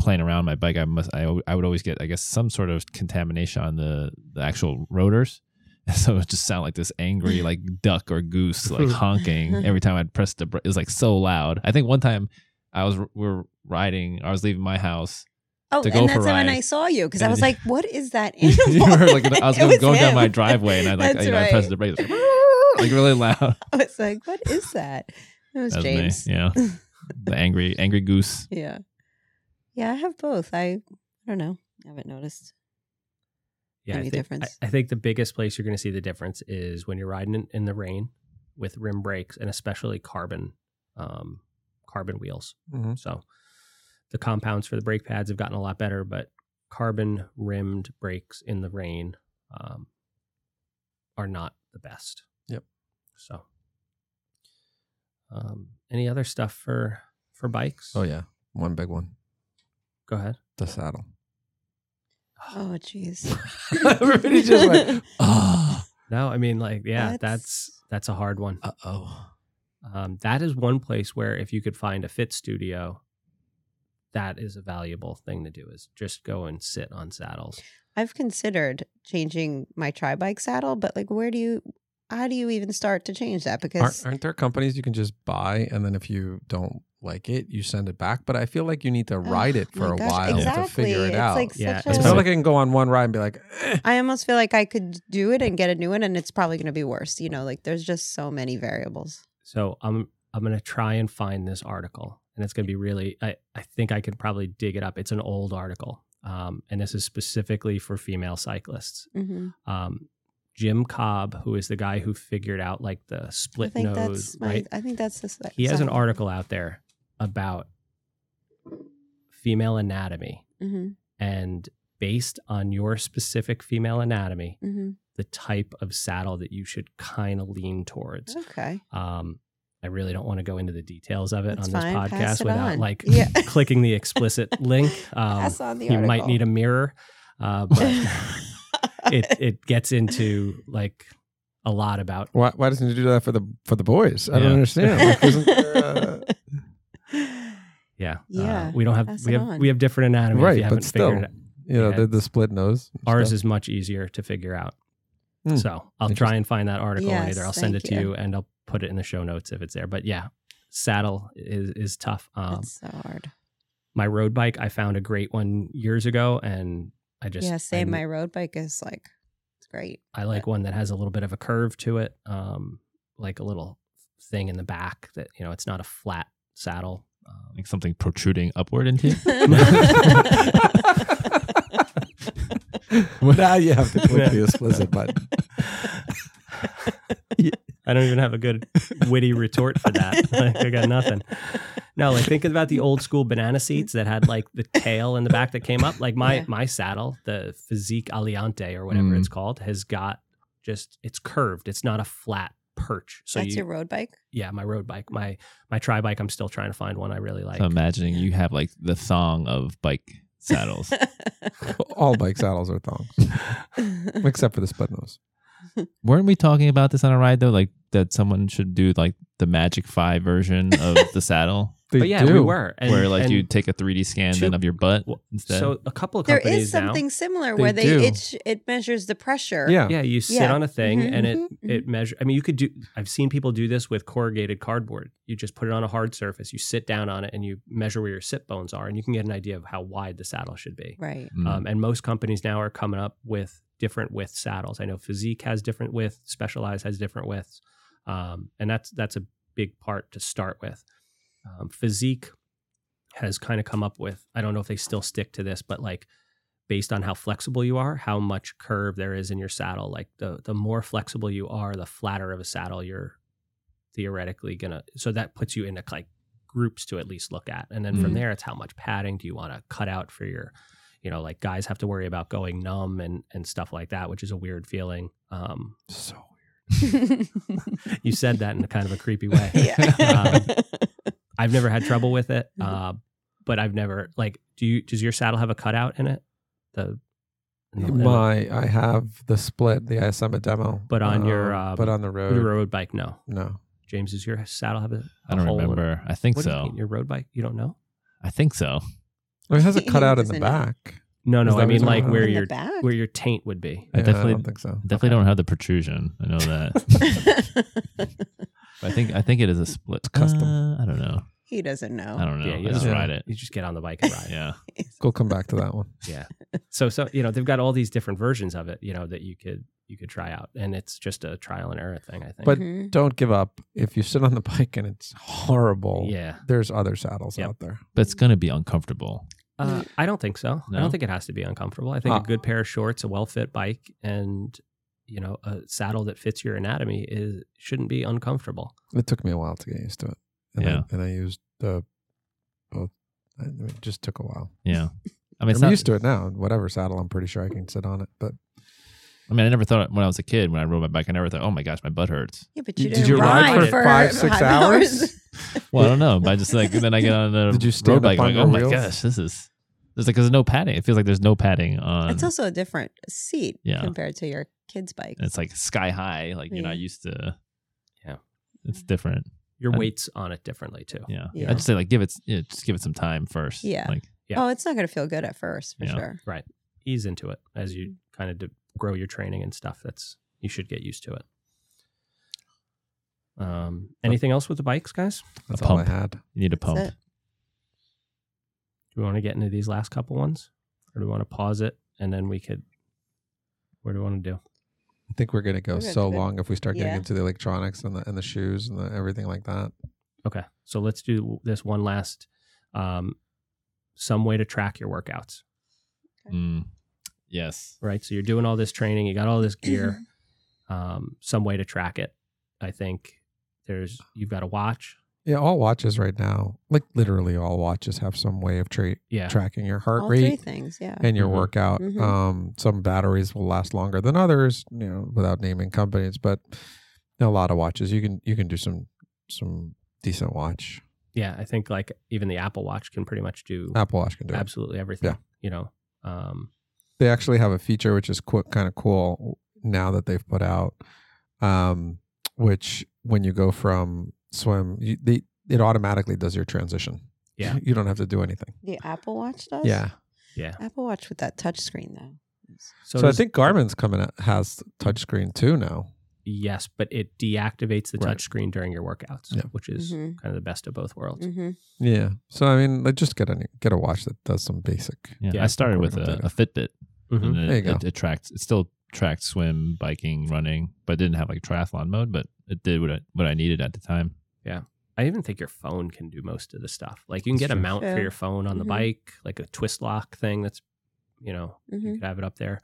S4: playing around my bike, I must I, al- I would always get I guess some sort of contamination on the the actual rotors. So it just sound like this angry like duck or goose like honking every time I'd press the brake. It was like so loud. I think one time I was we were riding. I was leaving my house.
S3: Oh,
S4: to go
S3: and
S4: for
S3: that's when
S4: ride.
S3: I saw you because I
S4: And-
S3: was like, "What is that
S4: You
S3: animal?"
S4: were like- I was
S3: It
S4: going, going down
S3: him.
S4: my driveway and I like
S3: That's
S4: you know, I
S3: right.
S4: pressed the brake like, like really loud.
S3: I was like, "What is that?" It was
S4: That was
S3: James.
S4: me. Yeah, the angry angry goose.
S3: Yeah. Yeah, I have both. I I don't know. I haven't noticed.
S1: yeah, I
S3: Any
S1: think, I-
S3: difference?
S1: I, think the biggest place you're going to see the difference is when you're riding in, in the rain with rim brakes and especially carbon, um, carbon wheels.
S2: Mhm.
S1: So the compounds for the brake pads have gotten a lot better, but carbon rimmed brakes in the rain um, are not the best.
S2: Yep.
S1: So, um, any other stuff for for bikes?
S2: Oh yeah, one big one,
S1: Go ahead.
S2: the saddle.
S3: Oh jeez.
S2: Everybody just went, oh,
S1: No, I mean like yeah,
S3: That's-
S1: that's that's a hard one.
S2: uh oh.
S1: Um, that is one place where if you could find a fit studio, that is a valuable thing to do is just go and sit on saddles.
S3: I've considered changing my tri bike saddle, but like where do you how do you even start to change that?
S2: Aren't,
S3: Because
S2: aren't there companies you can just buy, and then if you don't like it, you send it back? But I feel like you need to ride it for
S3: Oh my
S2: a
S3: gosh,
S2: while to figure it
S3: exactly. It's
S2: out.
S3: like
S1: Yeah,
S3: such
S2: it's
S3: a-
S2: not like I can go on one ride and be like, eh,
S3: I almost feel like I could do it and get a new one and it's probably gonna be worse. You know, like there's just so many variables.
S1: So I'm I'm gonna try and find this article, and it's gonna be really. I I think I could probably dig it up. It's an old article, um, and this is specifically for female cyclists.
S3: Mm-hmm.
S1: Um, Jim Cobb, who is the guy who figured out like the
S3: I
S1: split
S3: think
S1: nose,
S3: that's my, uh,
S1: right?
S3: I think that's the s-
S1: He has an
S3: side.
S1: article out there about female anatomy.
S3: Mhm,
S1: and based on your specific female anatomy,
S3: mhm.
S1: the type of saddle that you should kind of lean towards.
S3: Okay.
S1: Um, I really don't want to go into the details of it
S3: Mm-hmm.
S1: on
S3: That's
S1: this
S3: fine. Pass
S1: podcast
S3: it
S1: without
S3: on.
S1: like
S3: Yeah.
S1: clicking the explicit link. Um,
S3: Pass on the
S1: you might
S3: article.
S1: need a mirror, uh, but it it gets into like a lot about
S2: why, why doesn't you do that for the for the boys? I
S4: Yeah.
S2: don't understand. Like, isn't there, uh,
S1: yeah uh,
S3: Yeah,
S1: we don't have
S3: pass
S1: we
S3: it
S1: have
S3: on.
S1: we have different anatomy. if you
S2: right,
S1: haven't
S2: but still,
S1: figured it
S2: you know,
S1: Yeah.
S2: the, the split nose. and
S1: ours
S2: stuff.
S1: is much easier to figure out.
S2: Hmm.
S1: So I'll try and find that article and
S3: Yes,
S1: either I'll send it to
S3: thank you.
S1: you and I'll put it in the show notes if it's there. But yeah, saddle is is tough. Um,
S3: That's so hard.
S1: my road bike, I found a great one years ago, and I just
S3: yeah, same.
S1: I,
S3: my road bike is like it's great.
S1: I like one that has a little bit of a curve to it, um, like a little thing in the back that you know it's not a flat saddle. Um,
S4: Like something protruding upward into you.
S2: now you have to click the explicit button.
S1: I don't even have a good witty retort for that. Like, I got nothing. No, like think about the old school banana seats that had like the tail in the back that came up. Like my
S3: Yeah.
S1: my saddle, the Physique Aliante or whatever
S4: Mm.
S1: it's called, has got just it's curved. It's not a flat perch. So
S3: That's
S1: you,
S3: your road bike.
S1: yeah, my road bike, my my tri bike. I'm still trying to find one I really like.
S4: So imagining you have like the thong of bike saddles.
S2: All bike saddles are thongs, except for the split nose.
S4: Weren't we talking about this on a ride though? Like that someone should do like the Magic Five version of the saddle,
S2: They
S1: but yeah,
S2: do.
S1: we were and,
S4: where like
S1: and
S4: you take a 3D scan
S1: two-
S4: then of your butt
S1: Well,
S4: instead.
S1: So a couple of
S3: there
S1: companies
S3: is
S1: now.
S3: something similar
S2: They
S3: where they
S2: do.
S3: it sh- it measures the pressure.
S2: Yeah.
S1: Yeah, you sit
S3: Yeah.
S1: on a thing
S3: Mhm,
S1: and it
S3: mhm,
S1: it measure. I mean, you could do. I've seen people do this with corrugated cardboard. You just put it on a hard surface, you sit down on it, and you measure where your sit bones are, Um, and you can get an idea of how wide the saddle should be.
S3: Right.
S4: Mm.
S1: Um, and most companies now are coming up with different width saddles. I know Physique has different width, Specialized has different widths, um, and that's that's a big part to start with. Um, physique has kind of come up with. I don't know if they still stick to this, but like based on how flexible you are, how much curve there is in your saddle. Like the the more flexible you are, the flatter of a saddle you're theoretically gonna. So that puts you into like groups to at least look at, and then from
S4: Mhm.
S1: there, it's how much padding do you want to cut out for your. You know, like guys have to worry about going numb and and stuff like that, which is a weird feeling. Um,
S2: So
S1: you Uh, said that in a kind of a creepy way.
S3: yeah.
S1: I've never had trouble with it,
S3: Mm-hmm.
S1: uh, but I've never like. Do you? Does your saddle have a cutout in it? The in the- in the-
S2: my I have the split, the ISM demo,
S1: But on your, um,
S2: but on the road,
S1: your road bike? No,
S2: no.
S1: James. Does your saddle have a? I
S4: I don't remember. I think
S1: What do you
S4: so.
S1: mean, your road bike? You don't know?
S4: I think so.
S2: Well, it has a cutout in the
S3: Doesn't it?
S2: back.
S1: No,
S2: Is
S1: no.
S2: that
S1: I
S2: what
S1: mean,
S2: you're
S1: like
S2: talking
S1: where
S2: about?
S3: In the
S1: your
S3: back?
S1: where your taint would be.
S4: I
S2: Yeah,
S4: definitely-
S2: I don't think so.
S4: Definitely
S1: Okay.
S4: don't have the protrusion. I know that. But I think I think it is a split.
S2: custom.
S4: Uh, I don't know.
S3: he doesn't know.
S4: I don't know.
S1: Yeah, you
S4: I just
S2: don't-
S4: ride it.
S1: You just get on the bike and ride.
S4: Yeah.
S2: We'll come back to that one.
S1: So, so you know they've got all these different versions of it. You know that you could you could try out, and it's just a trial and error thing. I think.
S2: But-
S3: Mhm.
S2: Don't give up. If you sit on the bike and it's horrible,
S1: yeah,
S2: there's other saddles
S1: Yep.
S2: out there.
S4: But it's gonna be uncomfortable.
S1: Uh, I don't think so. I
S4: No?
S1: don't think it has to be uncomfortable. I think
S2: Ah.
S1: a good pair of shorts, a well-fit bike, and you know a saddle that fits your anatomy is shouldn't be uncomfortable.
S2: It took me a while to get used to it. And
S4: Yeah.
S2: I, and I used the both. I- It just took a while.
S4: Yeah. I mean, it's
S2: I'm
S4: not-
S2: used to it now. Whatever saddle, I'm pretty sure I can sit on it. But
S4: I mean, I never thought when I was a kid when I rode my bike, I never thought, oh my gosh, my butt hurts.
S3: Yeah, but you
S2: Did
S3: didn't
S1: you ride
S3: ride
S1: for
S2: five, six hours?
S4: Well, I don't know. But I just like then I get on a
S2: Did you
S4: road
S2: stand
S4: bike.
S2: up
S4: I'm like,
S2: on
S4: oh my
S2: your wheels?
S4: gosh, this is there's like there's no padding. It feels like there's no padding on.
S3: It's also a different seat
S4: Yeah.
S3: compared to your kid's bike.
S4: and it's like sky high. Like you're not
S3: Yeah.
S4: used to.
S1: Yeah.
S4: It's different.
S1: Your
S4: I-
S1: weight's on it differently too.
S4: Yeah.
S3: Yeah.
S4: I just say like give it. Yeah, just give it some time first.
S3: Yeah.
S4: Like
S1: yeah.
S3: Oh, it's not going to feel good at first for
S4: Yeah.
S3: sure.
S1: Ease into it as you kind of de- grow your training and stuff. That's you should get used to it. Um, anything else with the bikes, guys?
S2: that's
S4: A
S2: all I
S4: pump.
S2: had.
S4: you need a
S3: That's
S4: pump.
S3: it.
S1: Do we want to get into these last couple ones, or do we want to pause it and then we could? What do we want to do?
S2: I think we're gonna go
S3: We're gonna
S2: so
S3: do it.
S2: long if we start getting
S3: Yeah.
S2: into the electronics and the and the shoes and the, everything like that.
S1: Okay. So let's do this one last um, some way to track your workouts,
S4: Mm. Yes.
S1: right? So you're doing all this training, you got all this gear, um, some way to track it. I think there's, you've got a watch.
S2: Yeah, all watches right now, like literally all watches, have some way of tra-
S1: Yeah.
S2: tracking your heart
S3: All three
S2: rate
S3: things. Yeah.
S2: and your
S4: Mm-hmm.
S1: Mhm.
S2: workout.
S3: Mhm.
S2: Um, some batteries will last longer than others, you know, without naming companies, but a lot of watches you can you can do some some decent watch.
S1: Yeah. I think like even the Apple Watch can pretty much do
S2: Apple Watch can do it.
S1: absolutely everything,
S2: Yeah.
S1: you know? Um,
S2: they actually have a feature which is qu- kind of cool now that they've put out um, which when you go from swim you, they, it automatically does your transition
S1: Yeah.
S2: you don't have to do anything
S3: The Apple Watch does?
S2: yeah
S3: Apple Watch with that touch screen, though.
S1: so,
S2: so, i
S1: does-
S2: think garmin's coming out has touchscreen too now
S1: yes, but it deactivates the
S2: Right.
S1: touch screen during your workouts,
S2: Yeah.
S1: which is
S3: Mhm.
S1: kind of the best of both worlds.
S3: Mm-hmm.
S2: yeah so i mean like just get a get a watch that does some basic
S4: Yeah.
S1: Yeah.
S4: I started with a,
S2: Data.
S4: a Fitbit.
S3: Mm-hmm.
S1: Mhm.
S4: and
S2: There
S4: it,
S2: you go.
S4: it, it tracked it still tracked swim biking running but didn't have like triathlon mode but it did what I, what I needed at the time
S1: I even think your phone can do most of the stuff. Like you can
S4: That's
S1: get a
S4: true.
S1: mount for
S3: True.
S1: your phone on the
S3: Mhm.
S1: bike, like a twist lock thing. That's you know you
S3: Mm-hmm.
S1: could have it up there.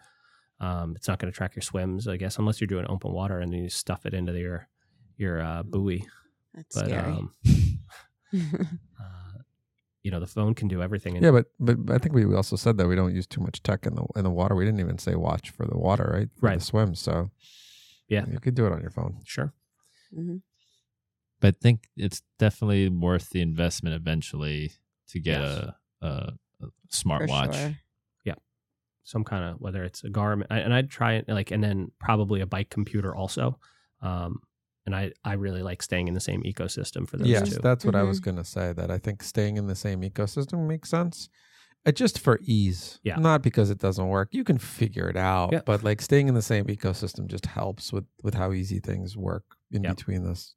S1: Um, it's not going to track your swims, I guess, unless you're doing open water and then you stuff it into your your uh, buoy.
S3: That's
S1: But
S3: Mm-hmm. scary.
S1: um, uh, you know the phone can do everything. And
S2: yeah but but i think we also said that we don't use too much tech in the in the water we didn't even say watch for the water right for
S1: Right.
S2: the swim so
S1: Yeah.
S2: you could do it on your phone
S1: sure.
S3: Mhm.
S4: but I think it's definitely worth the investment eventually to get
S1: Yes.
S4: a, a, a
S3: For
S4: smartwatch
S3: sure.
S1: some kind of whether it's a Garmin, I- and I'd try it like, and then probably a bike computer also. Um, and I I really like staying in the same ecosystem for those
S2: yes,
S1: two.
S2: that's what I was going to say. That I think staying in the same ecosystem makes sense. Uh, just for ease,
S1: Yeah.
S2: Not because it doesn't work. You can figure it out,
S1: Yeah.
S2: but like staying in the same ecosystem just helps with with how easy things work in
S1: Yeah.
S2: between this.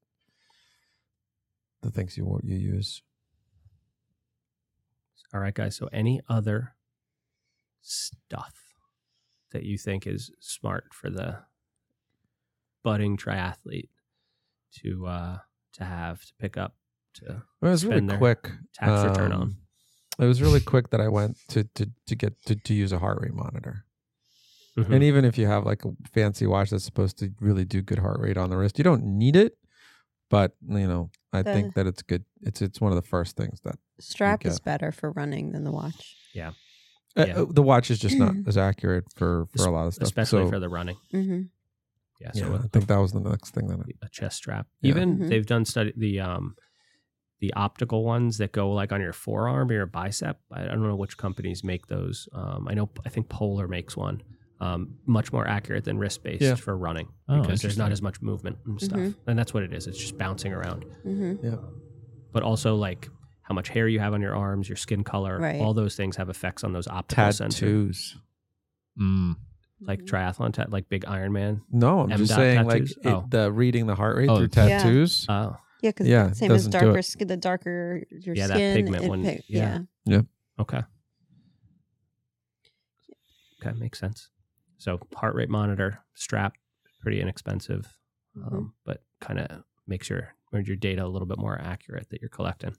S2: The things you wa- you use.
S1: All right, guys. So, any other stuff that you think is smart for the budding triathlete to uh, to have to pick up to
S2: Well, it was really
S1: Spend their
S2: quick.
S1: tax return
S2: Um,
S1: on?
S2: It was really quick that I went to to, to get to, to use a heart rate monitor.
S1: Mhm.
S2: And even if you have like a fancy watch that's supposed to really do good heart rate on the wrist, you don't need it. But you know, I
S3: The-
S2: think that it's good. It's it's one of the first things that
S3: Strap is
S2: Okay.
S3: better for running than the watch.
S2: uh,
S1: Yeah.
S2: uh, the watch is just not as accurate for for a lot of stuff.
S1: especially
S2: So,
S1: for the running.
S3: Mm-hmm.
S1: Yeah, so
S2: yeah,
S1: a-
S2: I think that was the next thing that I,
S1: a chest strap.
S2: Yeah.
S1: Even
S3: Mhm.
S1: they've done study the um the optical ones that go like on your forearm or your bicep. I I don't know which companies make those. Um, I know I think Polar makes one. Um, much more accurate than wrist based
S2: Yeah.
S1: for running
S4: Oh,
S1: because there's
S4: interesting.
S1: not as much movement and stuff.
S3: Mhm.
S1: And that's what it is. It's just bouncing around.
S3: Mm-hmm.
S1: But also like how much hair you have on your arms, your skin color,
S3: Right.
S1: all those things have effects on those optical sensors.
S2: tattoos.
S4: Mm.
S3: mm-hmm.
S1: Like triathlon, ta- like big Ironman.
S2: No, I'm
S1: M
S2: just
S1: dot
S2: saying like
S1: tattoos?
S2: it,
S1: Oh.
S2: the reading the heart rate
S4: Oh,
S2: through
S3: Yeah.
S2: tattoos.
S1: Oh,
S3: Yeah, because
S2: Yeah, it
S3: same as
S2: doesn't do
S3: darker
S2: it.
S3: skin, the darker your
S1: Yeah, that
S3: skin,
S1: pigment
S3: it
S1: wouldn't-
S3: pick-
S1: yeah.
S3: yeah.
S1: Okay. Okay, makes sense. So heart rate monitor strap, pretty inexpensive,
S2: Mm-hmm.
S3: Mhm.
S1: um, but kind of makes your or your data a little bit more accurate that you're collecting.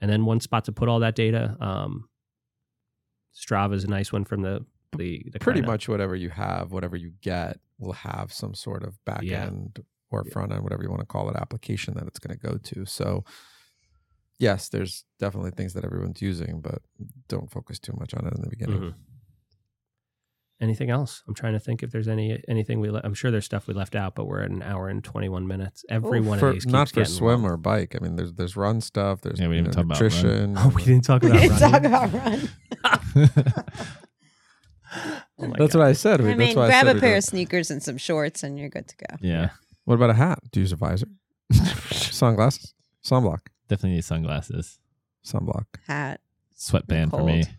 S1: And then one spot to put all that data. Um, Strava is a nice one from the the, the
S2: Pretty
S1: kinda-
S2: much whatever you have, whatever you get, will have some sort of back
S1: Yeah.
S2: end or front end, whatever you want to call it, application that it's going to go to. So, yes, there's definitely things that everyone's using, but don't focus too much on it in the beginning.
S1: Mhm.
S4: Mm-hmm.
S1: Anything else? I'm trying to think if there's any anything we. Le- I'm sure there's stuff we left out, but we're at an hour and 21 minutes. Every
S3: Oof.
S1: one
S2: Oh, for,
S1: of these keeps
S2: not for
S1: getting
S2: swim
S1: long.
S2: or bike. I mean, there's there's run stuff. There's
S4: Yeah, we
S2: you
S4: didn't
S2: know,
S4: talk about run.
S2: nutrition.
S1: Oh, we didn't talk about
S3: We
S1: running.
S3: didn't talk about run.
S1: Oh my
S2: that's
S1: God.
S2: what I said. We-
S3: I
S2: that's
S3: mean,
S2: why I
S3: grab
S2: said
S3: a
S2: we
S3: pair
S2: don't-
S3: of sneakers and some shorts, and you're good to go.
S4: yeah.
S2: What about a hat? Do you use a visor? Sunglasses? Sunblock?
S4: Definitely need sunglasses.
S2: Sunblock?
S3: Hat.
S4: Sweatband for me.
S3: Cold.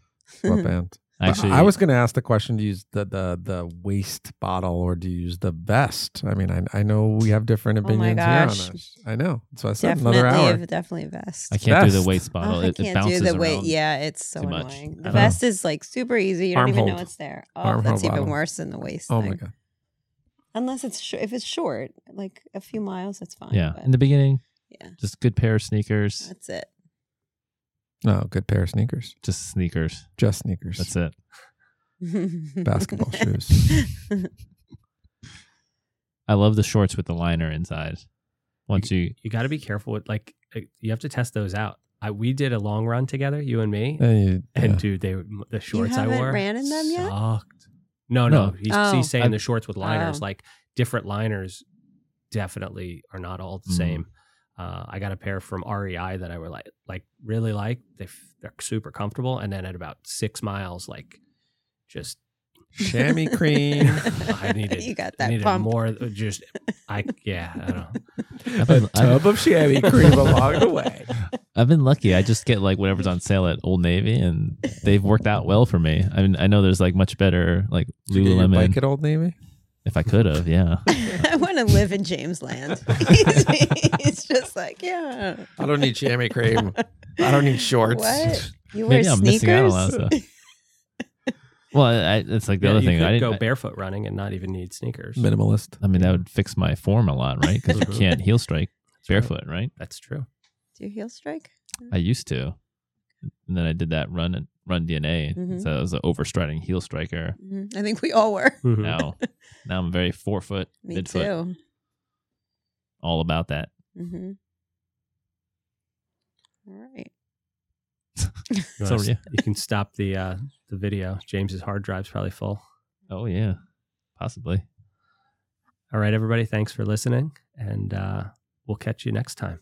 S2: Sweatband?
S4: Actually,
S2: I, I was going to ask the question: Do you use the the the waist bottle or do you use the vest? I mean, I I know we have different
S3: Oh my
S2: opinions
S3: gosh.
S2: here on this. I know. So I said
S3: Definitely,
S2: another hour.
S3: a- definitely a vest.
S4: I can't do
S2: Vest.
S4: the waist bottle.
S3: Oh,
S4: it,
S3: I
S4: it
S3: can't
S4: bounces
S3: do the
S4: around.
S3: weight. Yeah, it's so
S4: too much.
S3: annoying. The
S4: I don't
S3: vest is like super easy. You don't
S2: Arm
S3: even
S2: hold.
S3: know it's there. Oh,
S2: Arm
S3: that's
S2: hold
S3: even
S2: bottom.
S3: worse than the waist.
S2: Oh
S3: thing.
S2: my god!
S3: Unless it's sh- if it's short, like a few miles, that's fine.
S4: Yeah.
S3: but
S4: In the beginning,
S3: Yeah.
S4: just good pair of sneakers.
S3: that's it.
S2: No, good pair of sneakers.
S4: Just sneakers.
S2: Just sneakers.
S4: That's it.
S2: Basketball shoes.
S4: I love the shorts with the liner inside. Once you,
S1: you got to be careful with like uh, you have to test those out. I we did a long run together, you and me,
S4: Uh,
S2: And you,
S1: and
S2: yeah.
S1: dude, they were- the shorts I
S3: haven't
S1: wore
S3: ran in them yet?
S1: sucked. No, no,
S4: No.
S1: He's,
S3: Oh.
S1: he's saying
S4: I'm-
S1: the shorts with liners,
S3: Oh.
S1: like different liners, definitely are not all the
S4: Mm.
S1: same. Uh, I got a pair from REI that I were like, like really like. They f- they're super comfortable, and then at about six miles, like just
S2: chamois cream.
S1: I needed,
S3: You got
S1: I
S3: that
S1: needed
S3: pump.
S1: more. uh, Just I yeah, I don't know.
S4: I've been, I've,
S2: of chamois cream along the way.
S4: I've been lucky. I just get like whatever's on sale at Old Navy, and they've worked out well for me. I mean, I know there's like much better like
S2: Did you get your
S4: Lululemon.
S2: bike at Old Navy?
S4: if I could have, yeah.
S3: I want to live in James Land. he's, he's just like, yeah.
S2: I don't need chamois cream. I don't need shorts.
S3: What? You wear
S4: Maybe I'm missing out on a lot of
S3: sneakers?
S4: stuff. Well, I, it's like the
S1: Yeah,
S4: other
S1: you
S4: thing.
S1: could
S4: I didn't,
S1: go barefoot running and not even need sneakers.
S2: Minimalist.
S4: I mean, that would fix my form a lot, right? Because you
S1: Mhm.
S4: can't heel strike
S1: right.
S4: barefoot, right?
S1: That's true.
S3: Do you heel strike?
S4: I used to, and then I did that run and run DNA,
S3: Mhm.
S4: so I was an overstriding heel striker.
S3: Mhm. I think we all were.
S1: Mm-hmm.
S4: Now, now I'm very forefoot,
S3: Me
S4: midfoot,
S3: too.
S4: all about that.
S3: Mm-hmm. All right.
S1: You,
S4: So,
S1: wanna s-
S4: yeah.
S1: you can stop the uh, the video. James's hard drive's probably full.
S4: Oh yeah, possibly.
S1: All right, everybody. Thanks for listening, and uh, we'll catch you next time.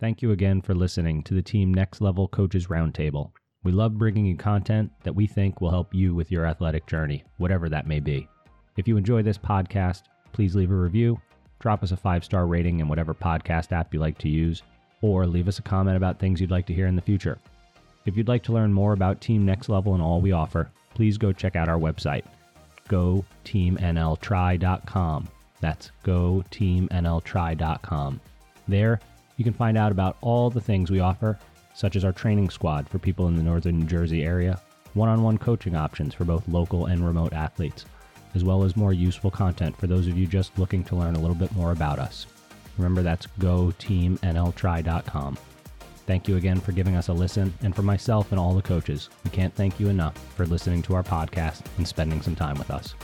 S5: Thank you again for listening to the Team Next Level Coaches Roundtable. We love bringing you content that we think will help you with your athletic journey, whatever that may be. If you enjoy this podcast, please leave a review, drop us a five star rating in whatever podcast app you like to use, or leave us a comment about things you'd like to hear in the future. If you'd like to learn more about Team Next Level and all we offer, please go check out our website, go teamnltry.com. That's go teamnltry.com. There, you can find out about all the things we offer, such as our training squad for people in the northern New Jersey area, one on one coaching options for both local and remote athletes, as well as more useful content for those of you just looking to learn a little bit more about us. Remember, that's goteamnltry.com. Thank you again for giving us a listen, and for myself and all the coaches, we can't thank you enough for listening to our podcast and spending some time with us.